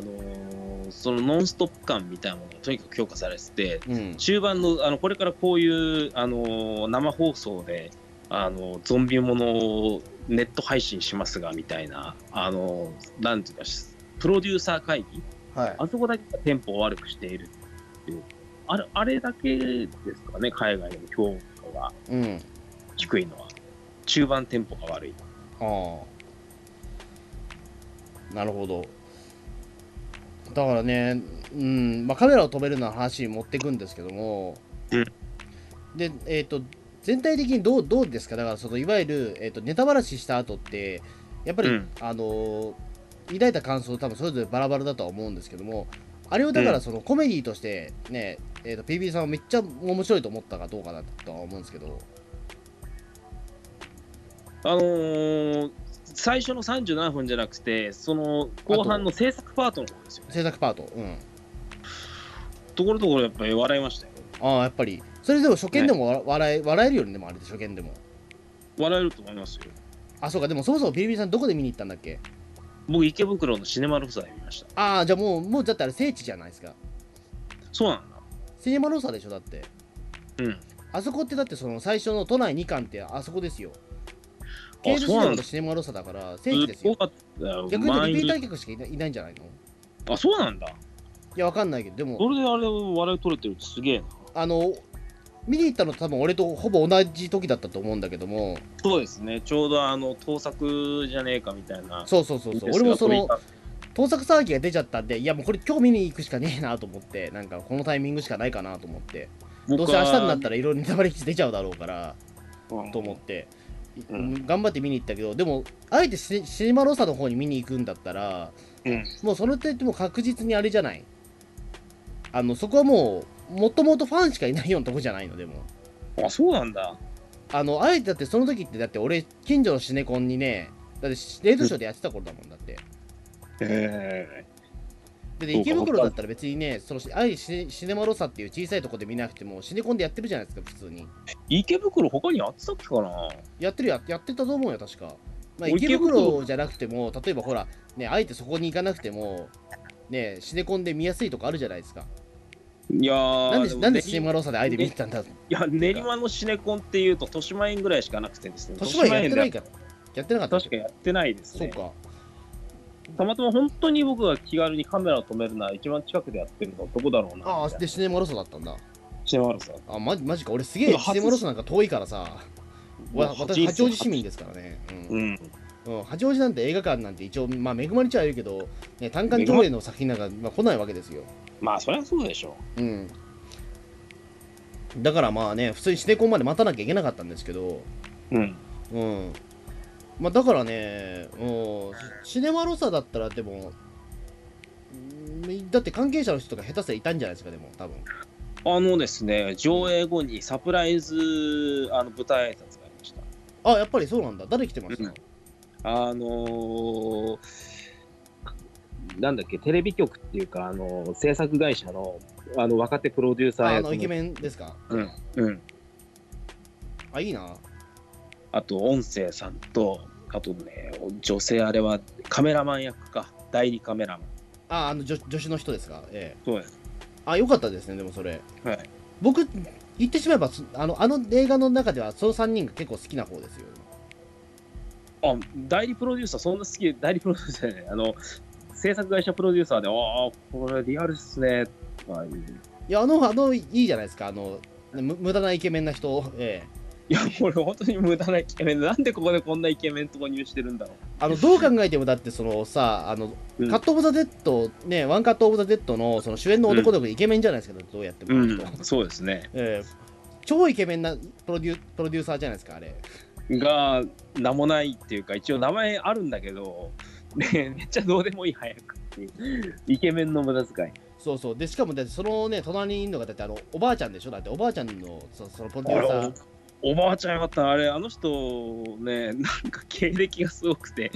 Speaker 3: ーそのノンストップ感みたいなものがとにかく強化されてて
Speaker 2: うん。
Speaker 3: 中盤のあのこれからこういう、あのー生放送で、あのーゾンビものをネット配信しますがみたいな、あのーなんていうかしプロデューサー会議
Speaker 2: はい。
Speaker 3: あそこだけがテンポを悪くしているっていうあれあれだけですかね海外でも評価が
Speaker 2: うん。
Speaker 3: 低いのは中盤テンポが悪い。
Speaker 2: ああ。なるほど。だからね、うん、まあ、カメラを止めるの話に持っていくんですけども、
Speaker 3: うん
Speaker 2: で、えっ、と、全体的にどうどうですかだから、そのいわゆる、えー、とネタばらしした後って、やっぱり、
Speaker 3: うん
Speaker 2: あのー抱いた感想、多分それぞれバラバラだとは思うんですけども、あれをだから、そのコメディとして、ね、えー、と PB さんはめっちゃ面白いと思ったかどうかだとは思うんですけど、
Speaker 3: あのー最初の37分じゃなくて、その後半の制作パートの方ですよね。
Speaker 2: 制作パート、うん。
Speaker 3: ところどころやっぱり笑いましたよ。
Speaker 2: ああやっぱりそれでも初見でもわ笑え笑えるようにでもあれで初見でも
Speaker 3: 笑えると思いますよ。
Speaker 2: あそうかでもそもそもビリビリさんどこで見に行ったんだっけ
Speaker 3: 僕、池袋のシネマロフサで見ました。
Speaker 2: ああじゃあもうもうだってあれ聖地じゃないですか
Speaker 3: そうなんだ。
Speaker 2: シネマローサでしょだって
Speaker 3: うん。
Speaker 2: あそこってだってその最初の都内2巻ってあそこですよケールシ
Speaker 3: そう
Speaker 2: ネ
Speaker 3: な
Speaker 2: マ
Speaker 3: ん
Speaker 2: と
Speaker 3: だ
Speaker 2: シネマローサだから聖地です
Speaker 3: すご
Speaker 2: よ
Speaker 3: かったよ。
Speaker 2: 逆に言うとリピータ
Speaker 3: 満
Speaker 2: ー客しかいないいないんじゃないのい
Speaker 3: 員あ、そうなんだ。
Speaker 2: やわかんないけどでも
Speaker 3: それであれ、笑い取れてるってすげえな。
Speaker 2: あの見に行ったの多分俺とほぼ同じ時だったと思うんだけども
Speaker 3: そうですね。ちょうどあの、盗作じゃねえかみたいな。
Speaker 2: そうそうそうそう俺もその盗作騒ぎが出ちゃったんでいやもうこれ今日見に行くしかねえなと思ってなんかこのタイミングしかないかなと思ってどうせ明日になったらいろいろネタバレ記事出ちゃうだろうからと思って、
Speaker 3: う
Speaker 2: 頑張って見に行ったけどでもあえてシシネマロサの方に見に行くんだったら、
Speaker 3: うん
Speaker 2: もうそれって言っても確実にあれじゃないあのそこはもうもともとファンしかいないようなとこじゃないのでも
Speaker 3: ら。あ、そうなんだ。
Speaker 2: あのあえてだってその時ってだって俺近所のシネコンにねだってレートショーでやってた頃だもんだって
Speaker 3: へ
Speaker 2: で
Speaker 3: そうか
Speaker 2: 池袋だったら別にね、そのあえシネシネマロサっていう小さいとこで見なくても、シネコンでやってるじゃないですか、普通に。
Speaker 3: え。池袋、他にあってたっけかな
Speaker 2: やってるや、やってたと思うよ、確か。まあ、
Speaker 3: 俺
Speaker 2: 池
Speaker 3: 池
Speaker 2: 袋
Speaker 3: 袋
Speaker 2: じゃなくても、例えばほら、ね、あえてそこに行かなくても、ね、シネコンで見やすいとこあるじゃないですか。
Speaker 3: いやー
Speaker 2: なんで
Speaker 3: も
Speaker 2: なんで
Speaker 3: ぜひ
Speaker 2: シネマロサであえて見に行ったんだ
Speaker 3: いや、練馬のシネコンっていうと、豊島園ぐらいしかなくてですね、
Speaker 2: 年前やってないから。やってなかった
Speaker 3: 確かやってないです
Speaker 2: そう
Speaker 3: ね。
Speaker 2: か。
Speaker 3: たまたま本当に僕が気軽にカメラを止めるのは一番近くでやってるのはどこだろうな。
Speaker 2: ああ、で、シネマロソだったんだ。
Speaker 3: シネマルさん。
Speaker 2: あ、ま、マジか。俺すげえ、
Speaker 3: うん初
Speaker 2: シネマロソなんか遠いからさ。わ私、八王子市民ですからね。うん
Speaker 3: うん。
Speaker 2: うん、八王子なんて映画館なんて一応、まあ、恵まれちゃいるけど、ね、単館上映の作品なんか、まあ、来ないわけですよ。
Speaker 3: まあ、そりゃそうでしょ
Speaker 2: うん。だからまあね、普通にシネコンまで待たなきゃいけなかったんですけど、
Speaker 3: う。うん。
Speaker 2: うん。まあだからね、うん、シネマロサだったらでも、うんだって関係者の人とか下手せいたんじゃないですか、でも、多分。
Speaker 3: あのですね、上映後にサプライズ、あの、舞台挨拶がありました。
Speaker 2: あ、やっぱりそうなんだ。誰来てました、
Speaker 3: うんあのーなんだっけ、テレビ局っていうか、あのー制作会社のあの若手プロデューサー
Speaker 2: ああ
Speaker 3: 役
Speaker 2: の、イケメンですか。
Speaker 3: うん、うん、
Speaker 2: あ、いいな。
Speaker 3: あと音声さんと、あとね、女性、あれはカメラマン役か、代理カメラマン。
Speaker 2: あ、あの女、女子の人ですか。ええ。
Speaker 3: そうです。
Speaker 2: あ、よかったですね、でもそれ。
Speaker 3: はい。
Speaker 2: 僕、言ってしまえば、そあのあの映画の中では、その3人が結構好きな方ですよ。
Speaker 3: あ、代理プロデューサー、そんな好き、代理プロデューサーじゃない、あの、制作会社プロデューサーで、ああ、これリアルっすね、とかいう
Speaker 2: いや、あの、あの、いいじゃないですか。あの、む無駄なイケメンな人。ええ。
Speaker 3: いや、これ本当に無駄なイケメンで、なんでここでこんなイケメン投入してるんだろう。
Speaker 2: あのどう考えてもだってそのさあの、
Speaker 3: うん
Speaker 2: カット・オブ・ザ・デッドねワンカット・オブ・ザ・デッドのその主演の男の子イケメンじゃないですか、どうやっても、
Speaker 3: そうですね。
Speaker 2: えー超イケメンなプロデュプロデューサーじゃないですかあれ
Speaker 3: が名もないっていうか一応名前あるんだけど、ね、めっちゃどうでもいい早くっていうイケメンの無駄遣い
Speaker 2: そうそうでしかもだってそのね隣にいるのがだってあのおばあちゃんでしょだっておばあちゃんのそそのプロデューサ
Speaker 3: あ
Speaker 2: ー
Speaker 3: れおおばあちゃんよかったあれあの人ねなんか経歴がすごくて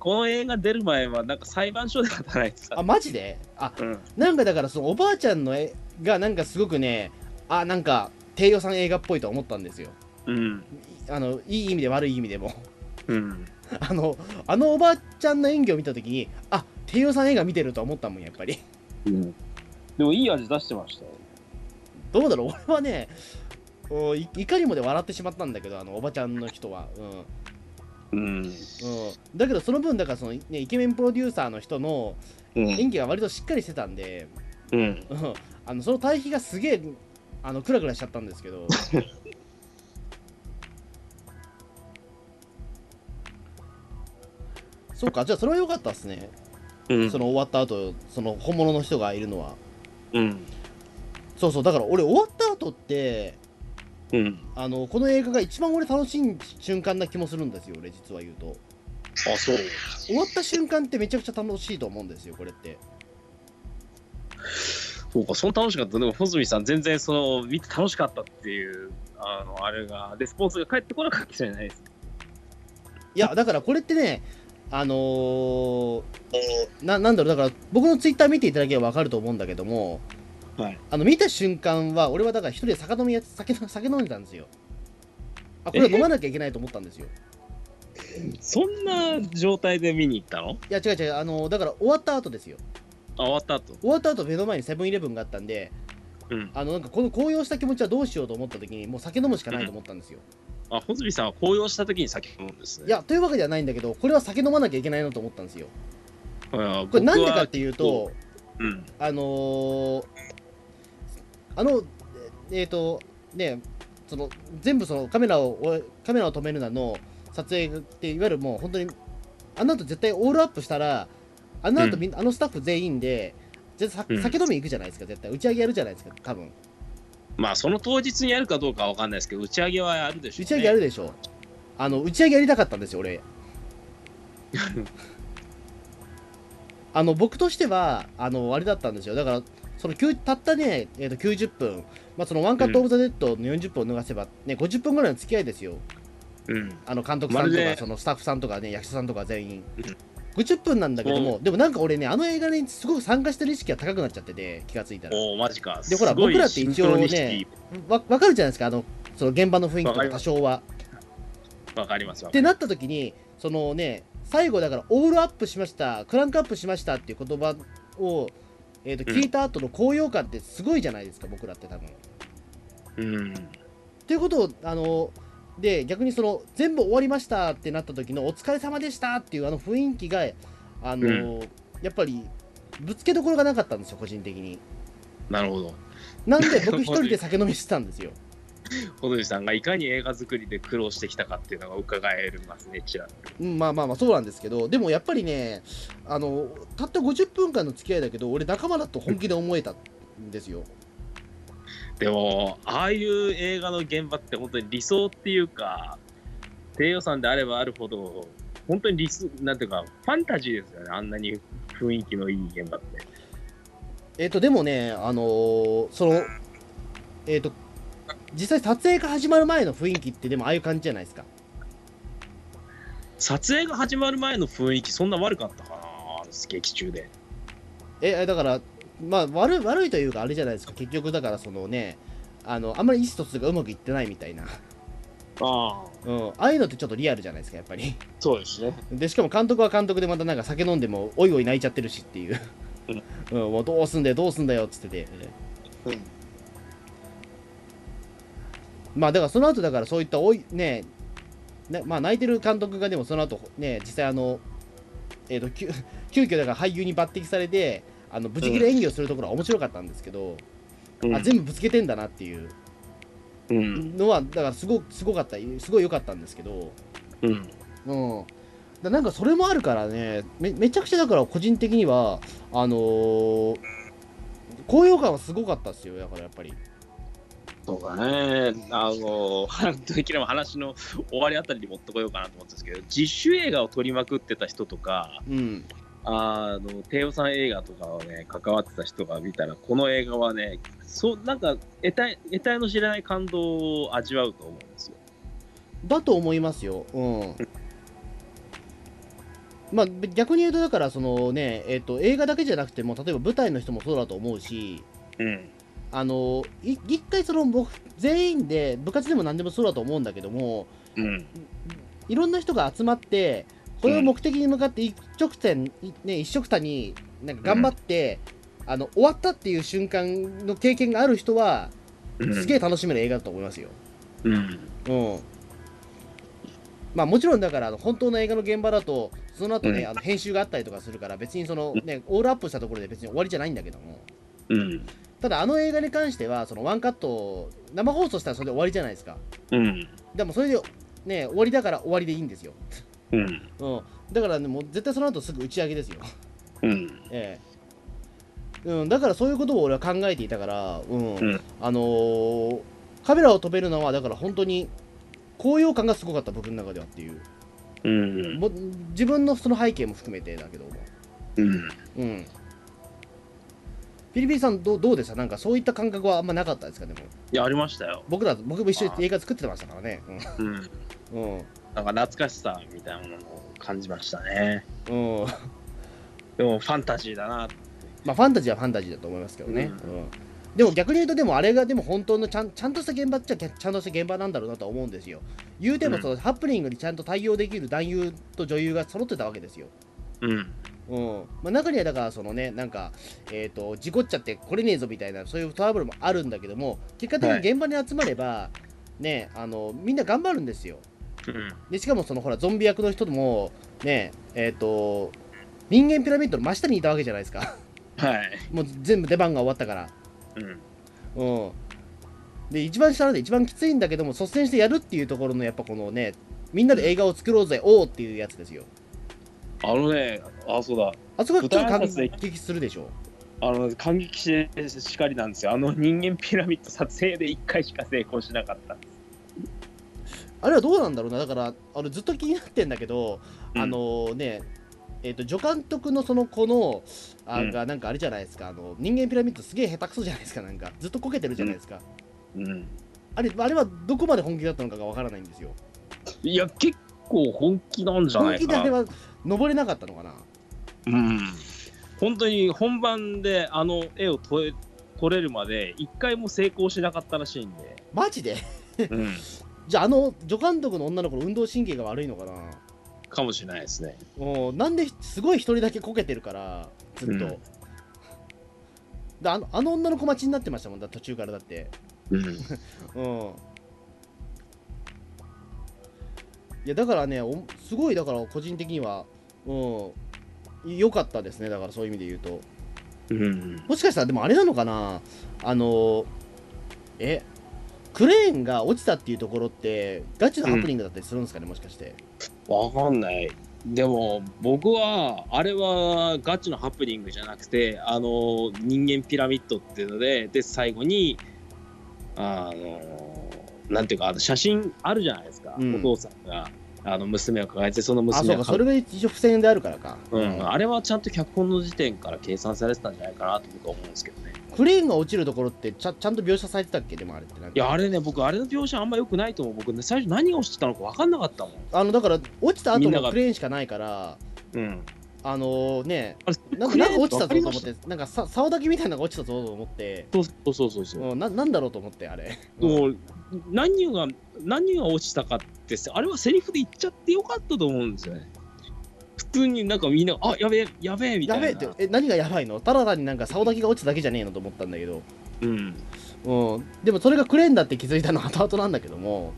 Speaker 3: この映画出る前はなんか裁判所で働いて
Speaker 2: あ
Speaker 3: た、
Speaker 2: マジであ
Speaker 3: うん、
Speaker 2: なんかだからそのおばあちゃんの絵がなんかすごくねあなんか低予算映画っぽいと思ったんですよ
Speaker 3: うん
Speaker 2: あのいい意味で悪い意味でも
Speaker 3: うん
Speaker 2: あの、あのおばあちゃんの演技を見たときに、あ、低予算映画見てると思ったもん、やっぱり。
Speaker 3: うん、でもいい味出してましたよ
Speaker 2: どうだろう、 俺はね、おいいかにもで笑ってしまったんだけど、あのおばちゃんの人は。うん。うん。
Speaker 3: うん、
Speaker 2: だけど、その分、だからその、ね、イケメンプロデューサーの人の
Speaker 3: うん
Speaker 2: 演技は割としっかりしてたんで、
Speaker 3: うん、
Speaker 2: うん。あの、その対比がすげえ、あの、クラクラしちゃったんですけど。 そうか、じゃあそれは良かったっすね。
Speaker 3: うん
Speaker 2: その終わった後その本物の人がいるのは
Speaker 3: うん
Speaker 2: そうそうだから俺終わった後って
Speaker 3: うん
Speaker 2: あのこの映画が一番俺楽しい瞬間な気もするんですよ俺実は言うと
Speaker 3: あそう
Speaker 2: 終わった瞬間ってめちゃくちゃ楽しいと思うんですよこれって
Speaker 3: そうか、その楽しかった。でも、穂積さん、全然、その、見て楽しかったっていう、あの、あれが、レスポンスが返ってこなかったじゃないですか。
Speaker 2: いやだからこれってねあのーななんだろうだから僕のツイッター見ていただければ分かると思うんだけども、
Speaker 3: はい
Speaker 2: あの見た瞬間は俺はだから一人で酒飲みや酒の酒飲んでたんですよあこれは飲まなきゃいけないと思ったんですよ
Speaker 3: そんな状態で見に行ったの
Speaker 2: いや違う違うあのだから終わった後ですよ
Speaker 3: あ、終わった後。
Speaker 2: 終わった後目の前にセブンイレブンがあったんで
Speaker 3: うん。
Speaker 2: あのなんかこの高揚した気持ちはどうしようと思った時にもう酒飲むしかないと思ったんですよ、
Speaker 3: あ、穂積さんは紅葉した時に酒飲むんですね。
Speaker 2: い、やというわけではないんだけどこれは酒飲まなきゃいけないなと思ったんですよ
Speaker 3: こ
Speaker 2: これ
Speaker 3: れ
Speaker 2: なんでかっていうと
Speaker 3: うん。
Speaker 2: あのーあのえっ、えーとねその全部そのカメラをおカメラを止めるなの撮影っていわゆるもう本当にあの後絶対オールアップしたらあの後みん、あのスタッフ全員で絶対
Speaker 3: うん
Speaker 2: さ酒飲み行くじゃないですか絶対打ち上げやるじゃないですか多分
Speaker 3: まあ、その当日にやるかどうかはわかんないですけど、打ち上げはやるでし
Speaker 2: 打
Speaker 3: ょう、ね。
Speaker 2: ち上げやるでしょ、あの打ち上げやりたかったんですよ 俺あの僕としてはあのあれだったんですよだからそのきゅうたったね、えー、と90分、まあ、そのワンカット・オブ・ザ・デッドの40分を逃せば、ね、50分ぐらいの付き合いですよ
Speaker 3: うん。
Speaker 2: あの監督さんと
Speaker 3: ま
Speaker 2: か
Speaker 3: るで
Speaker 2: そのスタッフさんとか、ね、役者さんとか全員
Speaker 3: うん
Speaker 2: 50分なんだけども、でもなんか俺ねあの映画にすごく参加してる意識が高くなっちゃってて気がついたら
Speaker 3: おお、マジか。
Speaker 2: でほら
Speaker 3: すごい
Speaker 2: 僕らって一応ね
Speaker 3: シンクロニシテ
Speaker 2: わ分かるじゃないですかあのその現場の雰囲気と
Speaker 3: わか
Speaker 2: か
Speaker 3: りま
Speaker 2: 多
Speaker 3: す
Speaker 2: 少は。
Speaker 3: ィわかりますわ
Speaker 2: っ
Speaker 3: か
Speaker 2: て
Speaker 3: りま
Speaker 2: なった時にそのね最後だからオールアップしましたクランクアップしましたっていう言葉を、えー、と
Speaker 3: うん
Speaker 2: 聞いた後の高揚感ってすごいじゃないですか僕らって多分。
Speaker 3: す。うん。
Speaker 2: ということをあので逆にその全部終わりましたってなった時のお疲れ様でしたっていうあの雰囲気があの、やっぱりぶつけどころがなかったんですよ個人的に
Speaker 3: なるほど。
Speaker 2: なんで僕一人で酒飲みしてたんですよ
Speaker 3: 小鳥さんがいかに映画作りで苦労してきたかっていうのが伺えますね、ちらっと
Speaker 2: うんまあまあまあそうなんですけどでもやっぱりねあのたった50分間の付き合いだけど俺仲間だと本気で思えたんですよ
Speaker 3: でもああいう映画の現場って本当に理想っていうか低予算であればあるほど本当に理想なんていうかファンタジーですよねあんなに雰囲気のいい現場って
Speaker 2: えっ、と、でもね、あのーその、えっ、と、実際撮影が始まる前の雰囲気ってでもああいう感じじゃないですか。
Speaker 3: 撮影が始まる前の雰囲気そんな悪かったかなあの劇中で
Speaker 2: え、だから、まあ悪い、悪いというかあれじゃないですか。結局、だからそのね、あの、あんまり意思疎通がうまくいってないみたいな。
Speaker 4: ああ、
Speaker 2: うん。ああいうのってちょっとリアルじゃないですか、やっぱり。
Speaker 4: そうですね。
Speaker 2: で、しかも監督は監督でまたなんか酒飲んでも、おいおい泣いちゃってるしっていう。うん、もうどうすんだよ、どうすんだよっつってて。
Speaker 4: うん
Speaker 2: まあだからその後だからそういったおいねねまあ泣いてる監督がでもその後ね実際あのえっ、と急 急遽だから俳優に抜擢されてあのぶち切れ演技をするところは面白かったんですけ
Speaker 4: う
Speaker 2: ど、
Speaker 4: ん
Speaker 2: あ全部ぶつけてんだなっていう
Speaker 3: うん
Speaker 2: のはだからすごすごかったすごい良かったんですけど
Speaker 3: うん
Speaker 2: うんだなんかそれもあるからねめめちゃくちゃだから個人的にはあのー高揚感はすごかったですよだからやっぱり
Speaker 3: そうだねあのできれば話の終わりあたりに持ってこようかなと思ったんですけど実習映画を撮りまくってた人とか
Speaker 2: うん
Speaker 3: あの、低予算映画とかをね、関わってた人が見たら、この映画はね、そう、なんか、得体、得体の知らない感動を味わうと思うんですよ。
Speaker 2: だと思いますよ。うん。まあ逆に言うと、だから、そのね、えっ、と、映画だけじゃなくても、例えば舞台の人もそうだと思うし、
Speaker 3: うん。
Speaker 2: あの、い一回、その、僕、全員で、部活でも何でもそうだと思うんだけども、
Speaker 3: うん。
Speaker 2: いろんな人が集まって、これを目的に向かって一直線、いね、一緒くたに、なんか頑張って、あの、終わったっていう瞬間の経験がある人は、すげえ楽しめる映画だと思いますよ。
Speaker 3: うん。
Speaker 2: うん。まあもちろんだから、あの本当の映画の現場だと、その後ね、
Speaker 3: うん
Speaker 2: あの編集があったりとかするから、別にそのね、オールアップしたところで別に終わりじゃないんだけども、
Speaker 3: うん。
Speaker 2: ただあの映画に関しては、そのワンカット、生放送したらそれで終わりじゃないですか。
Speaker 3: うん。
Speaker 2: でもそれで、ね、終わりだから終わりでいいんですよ。
Speaker 3: うん。
Speaker 2: うん。だからね、もう絶対その後すぐ打ち上げですよ。
Speaker 3: うん。
Speaker 2: ええ。うん、だからそういうことを俺は考えていたから、うん。
Speaker 3: うん
Speaker 2: あのーカメラを止めるのは、だから本当に、高揚感がすごかった、僕の中ではっていう。
Speaker 3: うん。
Speaker 2: も自分のその背景も含めてだけども、
Speaker 3: うん。
Speaker 2: うん、ピリピリさんどうどうでしたなんかそういった感覚はあんまなかったですかねもう
Speaker 3: いや、ありましたよ。
Speaker 2: 僕ら僕も一緒に映画作ってましたからね
Speaker 3: うん。
Speaker 2: うん、
Speaker 3: なんか懐かしさみたいなものを感じましたね。
Speaker 2: うんうん、
Speaker 3: でも、ファンタジーだな。
Speaker 2: まあファンタジーはファンタジーだと思いますけどね、
Speaker 3: う
Speaker 2: うんでも逆に言うとでもあれがでも本当のちゃんちゃんとした現場っちゃちゃちゃんとした現場なんだろうなとは思うんですよ言うてもその、ハプニングにちゃんと対応できる男優と女優が揃ってたわけですよ
Speaker 3: うん。
Speaker 2: うんまあ、中にはだからそのねなんか、えー、と事故っちゃって来れねえぞみたいなそういうトラブルもあるんだけども結果的
Speaker 3: はい
Speaker 2: に現場に集まれば、ねあのみんな頑張るんですよ
Speaker 3: うん。
Speaker 2: でしかもそのほらゾンビ役の人もねえっ、と人間ピラミッドの真下にいたわけじゃないですか
Speaker 3: はい。
Speaker 2: もう全部出番が終わったから
Speaker 3: うん。
Speaker 2: うんで一番下なんで一番きついんだけども率先してやるっていうところのやっぱこのねみんなで映画を作ろうぜおーっていうやつですよ
Speaker 3: あのね、あ、そうだ。
Speaker 2: あそこはちょっと感
Speaker 3: 舞台挨拶で
Speaker 2: 激するでしょ
Speaker 3: あの感激してしかりなんですよ。あの人間ピラミッド撮影で1回しか成功しなかった。
Speaker 2: あれはどうなんだろうな、だから、あのずっと気になってんだけど、
Speaker 3: うん
Speaker 2: あのね、えっ、と、助監督のその子の、あ
Speaker 3: うん
Speaker 2: が、なんかあれじゃないですか、あの人間ピラミッドすげえ下手くそじゃないですか、なんか、ずっとこけてるじゃないですか。
Speaker 3: うん、
Speaker 2: あれあれはどこまで本気だったのかがわからないんですよ。
Speaker 3: いや、結構本気なんじゃな
Speaker 2: 本
Speaker 3: い
Speaker 2: 気
Speaker 3: か
Speaker 2: で
Speaker 3: な。
Speaker 2: あれは登れなかったのかな。
Speaker 3: うん、本当に本番であの絵を撮れ撮れるまで1回も成功しなかったらしいんで。
Speaker 2: マジで
Speaker 3: うん
Speaker 2: じゃあ、あの助監督の女の子の運動神経が悪いのかな。
Speaker 3: かもしれないですね。
Speaker 2: おなんですごい一人だけこけてるから、ずっと。
Speaker 3: うん
Speaker 2: であのあの女の子待ちになってましたもんだ途中からだって
Speaker 3: うん、
Speaker 2: うん。いやだからねおすごいだから個人的にはうん良かったですねだからそういう意味で言うと
Speaker 3: うん。
Speaker 2: もしかしたらでもあれなのかなあのえクレーンが落ちたっていうところってガチのハプニングだったりするんですかね、もしかして
Speaker 3: わかんない。でも僕はあれはガチのハプニングじゃなくてあの人間ピラミッドっていうのでで最後にあのなんていうかあの写真あるじゃないですか、
Speaker 2: うん
Speaker 3: お父さんがあの娘を抱えてその
Speaker 2: あそ
Speaker 3: 娘
Speaker 2: う
Speaker 3: が
Speaker 2: かそれが一応付箋であるからか、
Speaker 3: うん、あれはちゃんと脚本の時点から計算されてたんじゃないかなと僕は思うんですけどね
Speaker 2: クレーンが落ちるところってちゃちゃんと描写されてたっけでもあれってなんか
Speaker 3: いやあれね僕あれの描写あんま良くないと思う僕ね最初何が落ちてたのか分かんなかったもん、
Speaker 2: あのだから落ちた後
Speaker 3: みんな
Speaker 2: の
Speaker 3: が
Speaker 2: クレーンしかないから
Speaker 3: うん、
Speaker 2: あのね
Speaker 3: あれ
Speaker 2: なんかなんか落ちたぞと思ってなんかさ竿だけみたいなのが落ちたぞと思って
Speaker 3: そうそうそうそうそう
Speaker 2: うんななんだろうと思ってあれ
Speaker 3: もう何が何が落ちたかってあれはセリフで言っちゃってよかったと思うんですよね普通になんかみんなあやべえやべえみた
Speaker 2: や
Speaker 3: いな
Speaker 2: べえってえ何がやばいのただ単になんか竿だけが落ちただけじゃねえのと思ったんだけど、
Speaker 3: うん
Speaker 2: うん、でもそれがクレーンだって気づいたのは後々なんだけども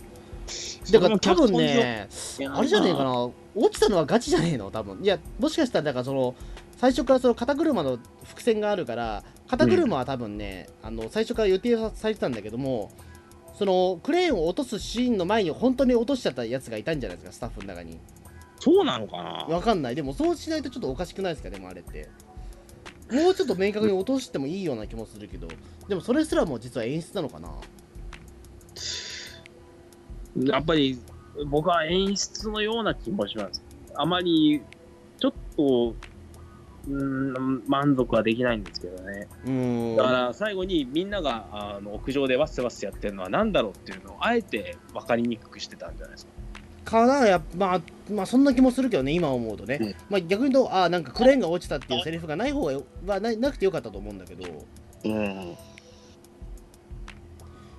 Speaker 2: だから多分ねあれじゃねえか
Speaker 3: な
Speaker 2: な落ちたのはガチじゃねえの多分いやもしかしたらだからその最初からその肩車の伏線があるから肩車は多分ね、あの最初から予定されてたんだけどもそのクレーンを落とすシーンの前に本当に落としちゃったやつがいたんじゃないですかスタッフの中に
Speaker 3: そうなのかな
Speaker 2: わかんない。でもそうしないとちょっとおかしくないですか、でもあれって。もうちょっと明確に落としてもいいような気もするけど、でもそれすらも実は演出なのかな。
Speaker 3: やっぱり僕は演出のような気もしますあまりちょっとうん満足はできないんですけどね
Speaker 2: うーん。
Speaker 3: だから最後にみんながあの屋上でわっせわっせやってるのは何だろうっていうのをあえて分かりにくくしてたんじゃないですか
Speaker 2: かなやっぱ、まあ、まあ、そんな気もするけどね、今思うとね。
Speaker 3: うん
Speaker 2: まあ、逆に言うと、ああ、なんかクレーンが落ちたっていうセリフがない方がよはななくてよかったと思うんだけど、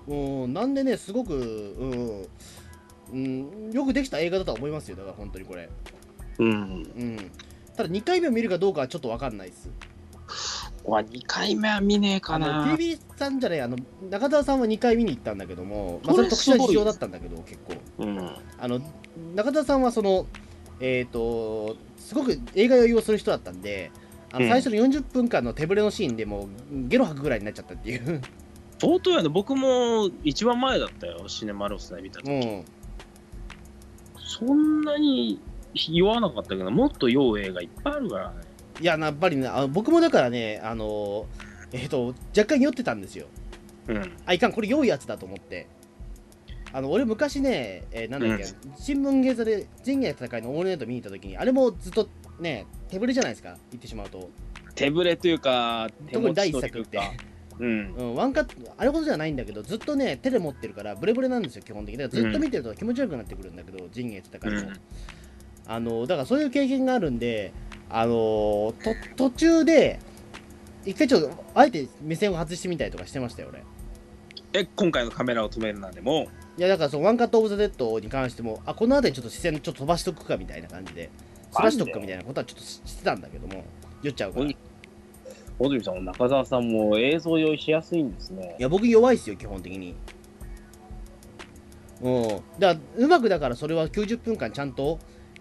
Speaker 3: うん
Speaker 2: うん、なんでね、すごく、うん。うん、よくできた映画だとは思いますよ、だから本当にこれ。
Speaker 3: うん
Speaker 2: うん。ただ2回目を見るかどうかはちょっとわかんないです。
Speaker 3: は2回目は見ねえか
Speaker 2: あの
Speaker 3: な。
Speaker 2: TV さんじゃないあの中澤さんは2回見に行ったんだけども、まあ、そ
Speaker 3: これ
Speaker 2: れ特殊な
Speaker 3: すご
Speaker 2: 事
Speaker 3: い
Speaker 2: 情だったんだけど結構
Speaker 3: うん。
Speaker 2: あの中澤さんはそのえっ、とすごく映画酔いをする人だったんであ
Speaker 3: う
Speaker 2: の
Speaker 3: ん
Speaker 2: 最初の40分間の手ぶれのシーンでもうゲロ吐くぐらいになっちゃったっていう、
Speaker 3: 相当やね。僕も一番前だったよ。シネマロスで見た時、
Speaker 2: うん、
Speaker 3: そんなに言わなかったけど、もっと酔う映画いっぱいあるからね。
Speaker 2: いややっぱりねあの僕もだからねあのえっ、と若干酔ってたんですよ
Speaker 3: うん。
Speaker 2: あいかんこれ良いやつだと思ってあの俺昔ね、えーなんだっけ、
Speaker 3: う
Speaker 2: 新聞芸座で仁義の戦いのオールナイト見に行った時にあれもずっとね手ぶれじゃないですか言ってしまうと、
Speaker 3: 手ぶれというか、手
Speaker 2: 特
Speaker 3: 持
Speaker 2: に第
Speaker 3: ち
Speaker 2: 一
Speaker 3: と
Speaker 2: 作
Speaker 3: い
Speaker 2: っ
Speaker 3: う
Speaker 2: て
Speaker 3: か。うん。
Speaker 2: うん、ワンカットあれほどじゃないんだけどずっとね手で持ってるからブレブレなんですよ基本的にだからずっと見てると気持ちよくなってくるんだけど仁義の
Speaker 3: う
Speaker 2: 戦いも、
Speaker 3: ん。
Speaker 2: あのだからそういう経験があるんであのと途中で一回ちょっとあえて目線を外してみたりとかしてましたよ俺
Speaker 3: え、今回のカメラを止めるなんでも、
Speaker 2: いやだからそのワンカット・オブ・ザ・デッドに関してもあこの辺りちょっと視線ちょっと飛ばしとくかみたいな感じで飛ばしとくかみたいなことはちょっとししてたんだけども酔っちゃうから
Speaker 3: おい
Speaker 2: い
Speaker 3: 小泉さんも中澤さんも映像用意しやすいんですね。
Speaker 2: や僕弱いっすよ基本的にうんだからうまくだからそれは90分間ちゃんと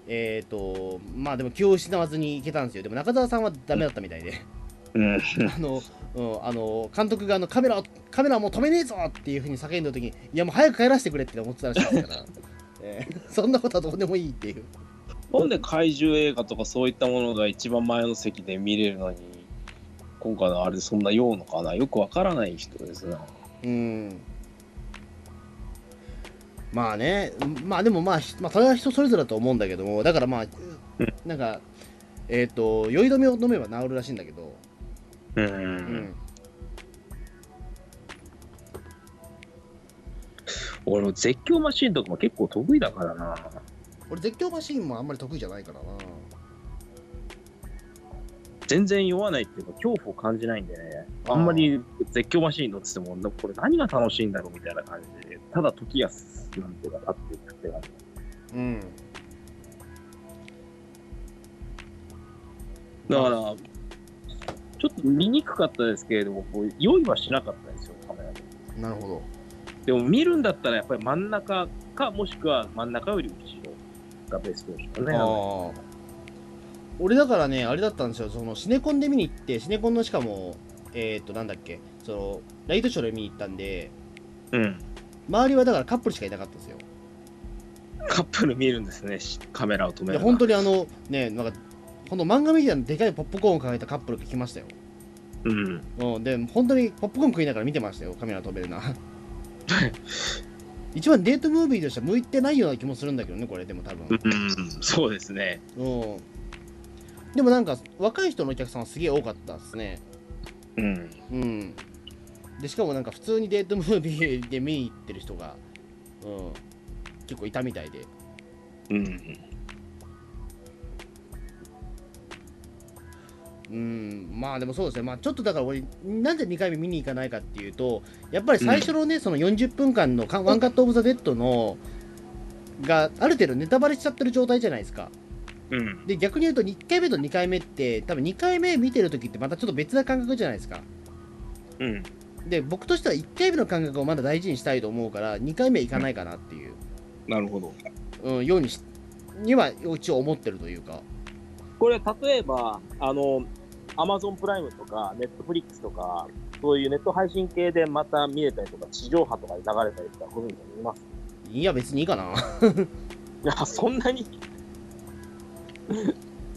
Speaker 2: えっ、とまあでも気を失わずにいけたんですよでも中澤さんはダメだったみたいで
Speaker 3: うん。
Speaker 2: あの、うん、あの監督があのカメラをカメラはもう止めねえぞっていうふうに叫んだ時にいやもう早く帰らせてくれって思ってたらしいです から、えーそんなことはどうでもいいっていう
Speaker 3: なんで怪獣映画とかそういったものが一番前の席で見れるのに、今回のあれそんな酔うのかなよくわからない人ですな。
Speaker 2: うんまあね、まあでもまあ、ひまあ、それは人それぞれだと思うんだけども、だからまあ、なんか、えっ、と、酔い止めを飲めば治るらしいんだけど、
Speaker 3: うん
Speaker 2: うん、
Speaker 3: 俺も絶叫マシーンとかも結構得意だからな
Speaker 2: 俺、絶叫マシーンもあんまり得意じゃないからな。
Speaker 3: 全然酔わないっていうか恐怖を感じないんでねあんまり絶叫マシーン乗っててもなこれ何が楽しいんだろうみたいな感じでただ時がなんていうか経っていくって感じ
Speaker 2: うん。
Speaker 3: だからちょっと見にくかったですけれどもこう酔いはしなかったですよカメラで
Speaker 2: なるほど。
Speaker 3: でも見るんだったらやっぱり真ん中かもしくは真ん中より後ろか、ベース教師のね。あの
Speaker 2: ああ俺だからねあれだったんですよそのシネコンで見に行ってシネコンのしかもえっ、となんだっけそのライトショーで見に行ったんで
Speaker 5: うん。
Speaker 2: 周りはだからカップルしかいなかったんですよ
Speaker 5: カップル見るんですね、しカメラを止め
Speaker 2: い
Speaker 5: る
Speaker 2: や
Speaker 5: のが。
Speaker 2: 本当にあのねなんかこの漫画みたいなでかいポップコーンを抱えたカップルが来ましたよ、
Speaker 5: うん。
Speaker 2: うん、で本当にポップコーン食いながら見てましたよカメラ飛べるな一番デートムービーとしては向いてないような気もするんだけどねこれでも多分
Speaker 5: うん、そうですね。
Speaker 2: うんでもなんか若い人のお客さんはすげえ多かったですね
Speaker 5: うん。
Speaker 2: うんでしかもなんか普通にデートムービーで見に行ってる人が、うん、結構いたみたいで
Speaker 5: うん。
Speaker 2: うんまあでもそうですね、まあ、ちょっとだから俺、なんで2回目見に行かないかっていうと、やっぱり最初のね、その40分間のかワンカット・オブ・ザ・デッドのがある程度ネタバレしちゃってる状態じゃないですか。
Speaker 5: うん。
Speaker 2: で、逆に言うと、1回目と2回目って、多分2回目見てる時って、またちょっと別な感覚じゃないですか。
Speaker 5: うん。
Speaker 2: で、僕としては1回目の感覚をまだ大事にしたいと思うから、2回目行かないかなっていう、
Speaker 5: なるほど。
Speaker 2: うん、ようにし、には一応思ってるというか。
Speaker 3: これ、例えば、あの、アマゾンプライムとか、ネットフリックスとか、そういうネット配信系でまた見れたりとか、地上波とかで流れたりとか、そういうの見ます。
Speaker 2: いや、別にいいかな。
Speaker 3: いや、そんなに、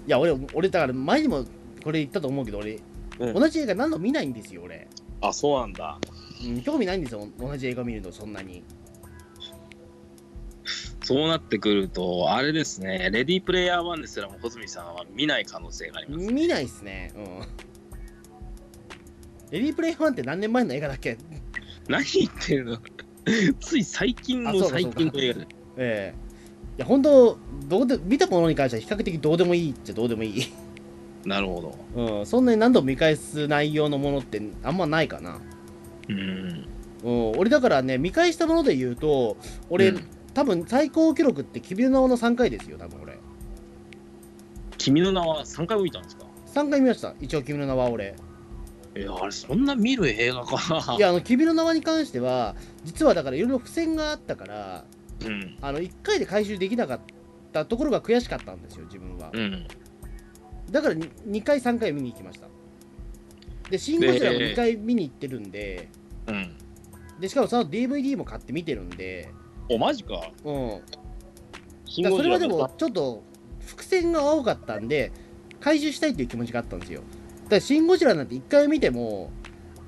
Speaker 2: いや、俺、俺、だから前にもこれ言ったと思うけど、俺、
Speaker 5: うん
Speaker 2: 同じ映画何度も見ないんですよ、俺。
Speaker 5: あ、そうなんだ。
Speaker 2: うん、興味ないんですよ、同じ映画見るの、そんなに。
Speaker 5: そうなってくると、あれですね、レディープレイヤー1ですらも、穂積さんは見ない可能性があります。
Speaker 2: 見ないっすね。うん。 レディープレイワンって何年前の映画だっけ
Speaker 5: 何言ってるの つい最近
Speaker 2: あそう
Speaker 5: の
Speaker 2: かそうか
Speaker 5: 最近の映画で。
Speaker 2: ええいや、本当どうで、見たものに関しては比較的どうでもいいっちゃどうでもいい。
Speaker 5: なるほど。
Speaker 2: うん、そんなに何度も見返す内容のものってあんまないかな。
Speaker 5: うん。
Speaker 2: うん、俺だからね、見返したもので言うと、俺、
Speaker 5: うん
Speaker 2: 多分最高記録って君の名の3回ですよ、多分俺。
Speaker 5: 君の名は3回も見たんですか
Speaker 2: 3回見ました、一応君の名は俺。、
Speaker 5: いや、あれ、そんな見る映画かない
Speaker 2: や、あの、君の名はに関しては、実はだからいろいろ付箋があったから、
Speaker 5: うん。
Speaker 2: あの、1回で回収できなかったところが悔しかったんですよ、自分は。
Speaker 5: うん。
Speaker 2: だからに2回、3回見に行きました。で、シン・ゴジラも
Speaker 5: で
Speaker 2: 2回見に行ってるんで、
Speaker 5: うん。
Speaker 2: で、しかもその DVD も買って見てるんで、
Speaker 5: お、マジか。
Speaker 2: うん。
Speaker 3: シ
Speaker 2: だからそれはで
Speaker 3: と
Speaker 2: も
Speaker 3: か、
Speaker 2: ちょっと、伏線が多かったんで、回収したいっていう気持ちがあったんですよ。だから、シン・ゴジラなんて1回見ても、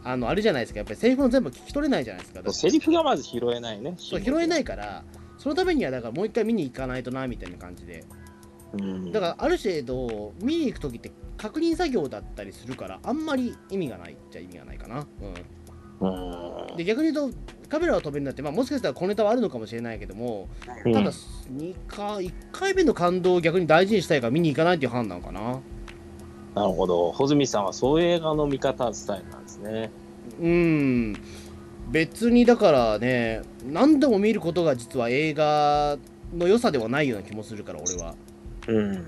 Speaker 2: あの、あれじゃないですか、やっぱりセリフの全部聞き取れないじゃないですか。だって
Speaker 3: セリフがまず拾えないね。。
Speaker 2: そう拾えないいからそのためにはだからもう一回見に行かないとなみたいな感じで
Speaker 3: うん。
Speaker 2: だからある程度見に行く時って確認作業だったりするからあんまり意味がないっちゃ意味がないかな、うん、で逆に言うとカメラを飛べるなんて、まあ、もしかしたら小ネタはあるのかもしれないけども
Speaker 3: うん
Speaker 2: ただ2回1回目の感動を逆に大事にしたいから見に行かないっていう判断かな
Speaker 3: なるほど。穂積さんはそういう映画の見方スタイルなんですね。
Speaker 2: うん別にだからね何度も見ることが実は映画の良さではないような気もするから俺は
Speaker 5: うん。
Speaker 2: うん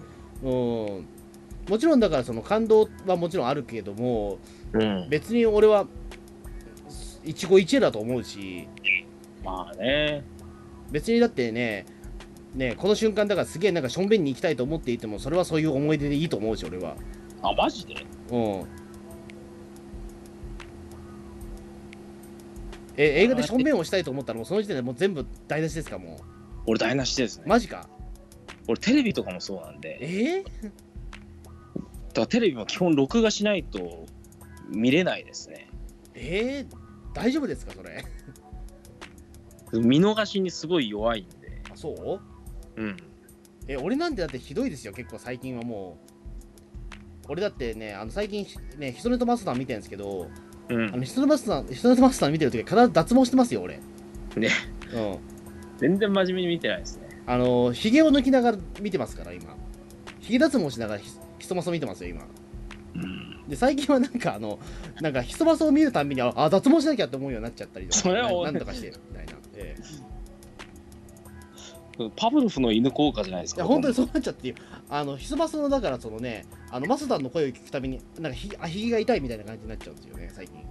Speaker 2: もちろんだからその感動はもちろんあるけども
Speaker 5: うん。
Speaker 2: 別に俺は一期一会だと思うし
Speaker 5: まあね。
Speaker 2: 別にだってねねこの瞬間だからすげえなんかしょんべんに行きたいと思っていてもそれはそういう思い出でいいと思うし俺は
Speaker 5: あ、マジで
Speaker 2: うんえ映画でしょんべんをしたいと思ったらもうその時点でもう全部台無しですかも
Speaker 5: 俺、台無しですね
Speaker 2: う。マジか
Speaker 5: 俺、テレビとかもそうなんで。
Speaker 2: えー、
Speaker 5: だからテレビも基本録画しないと見れないですね。
Speaker 2: えー、大丈夫ですかそれ
Speaker 5: 見逃しにすごい弱いんで。
Speaker 2: あそう
Speaker 5: うん。
Speaker 2: え俺なんてだってひどいですよ結構最近はもう俺だってねあの最近ねヒソネとマスター見てるんですけど
Speaker 5: う
Speaker 2: あ
Speaker 5: ん。
Speaker 2: のヒソネとマスターヒソネとマスター見てる時は必ず脱毛してますよ俺
Speaker 5: ね
Speaker 2: うん
Speaker 5: 全然真面目に見てないですね。
Speaker 2: あのひげを抜きながら見てますから今ひげ脱毛しながらヒヒソマス見てますよ今
Speaker 5: うん。
Speaker 2: で最近はなんかあのなんかヒソマスを見るたんびにああ脱毛しなきゃって思うようになっちゃったりとか
Speaker 5: それは
Speaker 2: な
Speaker 5: 俺
Speaker 2: なんとかしてみたいな、ええ
Speaker 5: パブロフの犬効果じゃないです
Speaker 2: い
Speaker 5: か。
Speaker 2: や本当にそうなっちゃってあのひそばそのだからそのねあのマスダンの声を聞くたびになんかひあひげが痛いみたいな感じになっちゃうんですよね最近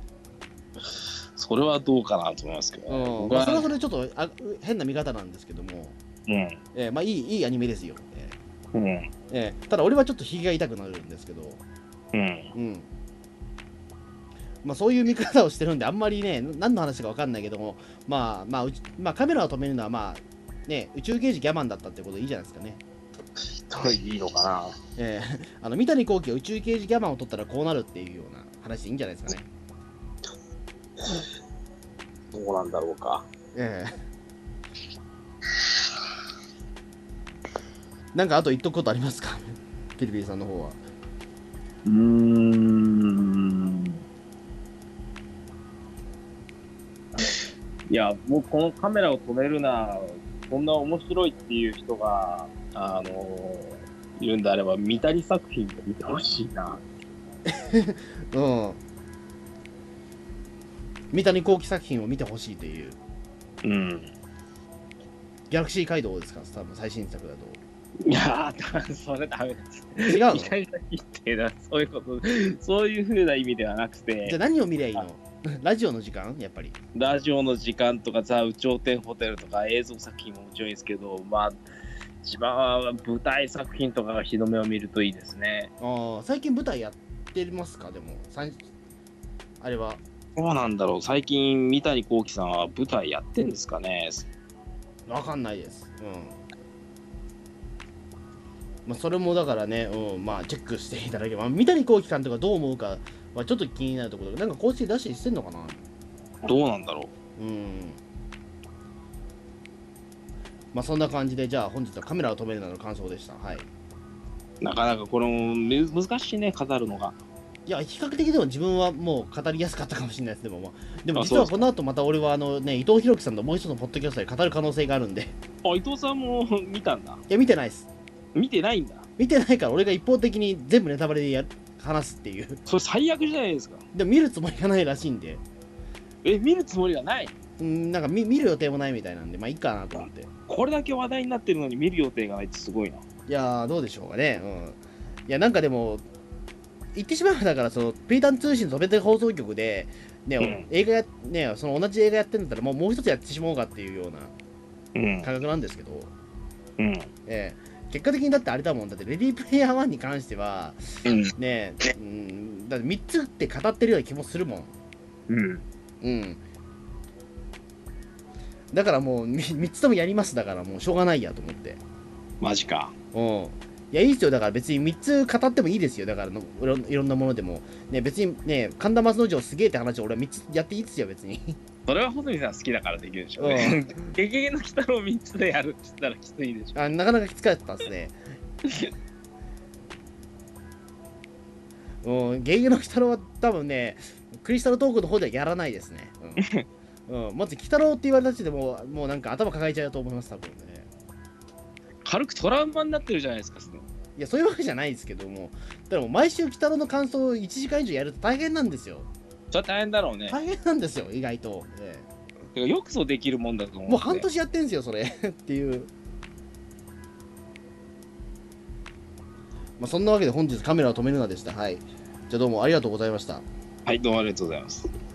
Speaker 5: それはどうかなと思いますけど、
Speaker 2: うん
Speaker 5: 僕
Speaker 2: まあ、
Speaker 5: は
Speaker 2: それはそれでちょっとあ変な見方なんですけども
Speaker 3: うん。
Speaker 2: えーまあいいいいアニメですよ、え
Speaker 3: うん。
Speaker 2: ーえーただ俺はちょっとひげが痛くなるんですけど、
Speaker 3: うん。
Speaker 2: うんまあ、そういう見方をしてるんであんまりね何の話か分かんないけども、まあまあうちまあ、カメラを止めるのは、まあね、宇宙刑事ギャマンだったってことでいいじゃないですかね。
Speaker 6: といいのかな。
Speaker 2: えーあの三谷幸喜は宇宙刑事ギャマンを取ったらこうなるっていうような話でいいんじゃないですかね。
Speaker 6: どうなんだろうか。
Speaker 2: ええなんかあと言っとくことありますかピリピリさんの方は。
Speaker 3: うーんいや、もうこのカメラを止めるな、こんな面白いっていう人が、あのいるんであれば、三谷作品を見てほしいな。
Speaker 2: うん。三谷幸喜作品を見てほしいという。
Speaker 3: うん。
Speaker 2: ギャラクシー街道ですか多分最新作だと。
Speaker 3: いやー、それダメです。
Speaker 2: 違 うの
Speaker 3: 三谷作品っていうのは、そういうこと、そういうふうな意味ではなく
Speaker 2: じゃあ
Speaker 3: て、
Speaker 2: 何を見りゃいいのラジオの時間やっぱり。
Speaker 3: ラジオの時間とか、ザ・宇宙天ホテルとか、映像作品ももちろんいいですけど、まあ、一番は舞台作品とかが日の目を見るといいですね。
Speaker 2: ああ、最近舞台やってますかでも。さんあれは。
Speaker 3: どうなんだろう最近三谷幸喜さんは舞台やってんですかね
Speaker 2: わかんないです。うん。まあ、それもだからね、うん、まあ、チェックしていただければ、三谷幸喜監督がどう思うかはちょっと気になるところで、なんか公式出したりしてんのかな
Speaker 3: どうなんだろ
Speaker 2: うん。まあ、そんな感じで、じゃあ本日はカメラを止めるなどの感想でした。はい。
Speaker 3: うなかなかこれもむ難しいね飾るのが
Speaker 2: いや、比較的でも自分はもう語りやすかったかもしれないです。でも、まあ、でも
Speaker 3: あ
Speaker 2: 実
Speaker 3: そう
Speaker 2: は
Speaker 3: ですか
Speaker 2: この後また俺はあのね、伊藤博樹さんのもう一つのポッドキャストで語る可能性があるんで、い
Speaker 3: あ伊藤さんも見たんだ
Speaker 2: や、見てないです。
Speaker 3: 見てないんだ
Speaker 2: 見てないから俺が一方的に全部ネタバレでや話すっていう。
Speaker 3: それ最悪じゃないですか
Speaker 2: でも見るつもりがないらしいんで、
Speaker 3: え見るつもりがない
Speaker 2: うん、なんか見見る予定もないみたいなんで、まあいいかなと思って。
Speaker 3: これだけ話題になってるのに見る予定がないってすごいない
Speaker 2: やー、どうでしょうかね。うん。いや、なんかでも、言ってしまえばだから、その、ピータン通信と別で放送局で、ね、
Speaker 3: うん
Speaker 2: 映画や、ね、その同じ映画やってんだったら、もうもう一つやってしまおうかっていうような
Speaker 3: うん
Speaker 2: 感覚なんですけど、
Speaker 3: うん
Speaker 2: ええ結果的にだってあれだもん、だって、レディープレイヤー1に関しては、
Speaker 3: うん
Speaker 2: ねえ、うん、だって3つって語ってるような気もするもん。
Speaker 3: うん
Speaker 2: うん。だからもうみ3つともやりますだからもうしょうがないやと思って。
Speaker 3: マジか
Speaker 2: うん。いやいいですよだから別に3つ語ってもいいですよだからのいろいろんなものでも。ね別にね神田松之丞すげえって話を俺は3つやっていいですよ別に。
Speaker 3: それは穂積さん好きだからできるでしょう
Speaker 2: う
Speaker 3: ねゲゲゲの鬼太郎3つでやるって言ったらきついでしょ
Speaker 2: あなかなかきつかったです ね。うん、ゲイゲの鬼太郎は多分ね、クリスタルトークの方ではやらないですね。 うん、うん、まず鬼太郎って言われた時でもう、もうなんか頭抱えちゃうと思います、多分ね。
Speaker 3: 軽くトラウマになってるじゃないですかすでに
Speaker 2: いや、そういうわけじゃないですけども、でも毎週鬼太郎の感想を1時間以上やると大変なんですよ。
Speaker 3: それは大変だろうね
Speaker 2: 大変なんですよ、意外と。え
Speaker 3: てかよくそうできるもんだと思
Speaker 2: え
Speaker 3: う
Speaker 2: もう半年やってんすよ、それっていう。まあ、そんなわけで本日カメラを止めるなでした。はい。じゃあどうもありがとうございました。
Speaker 3: はい、どうもありがとうございます。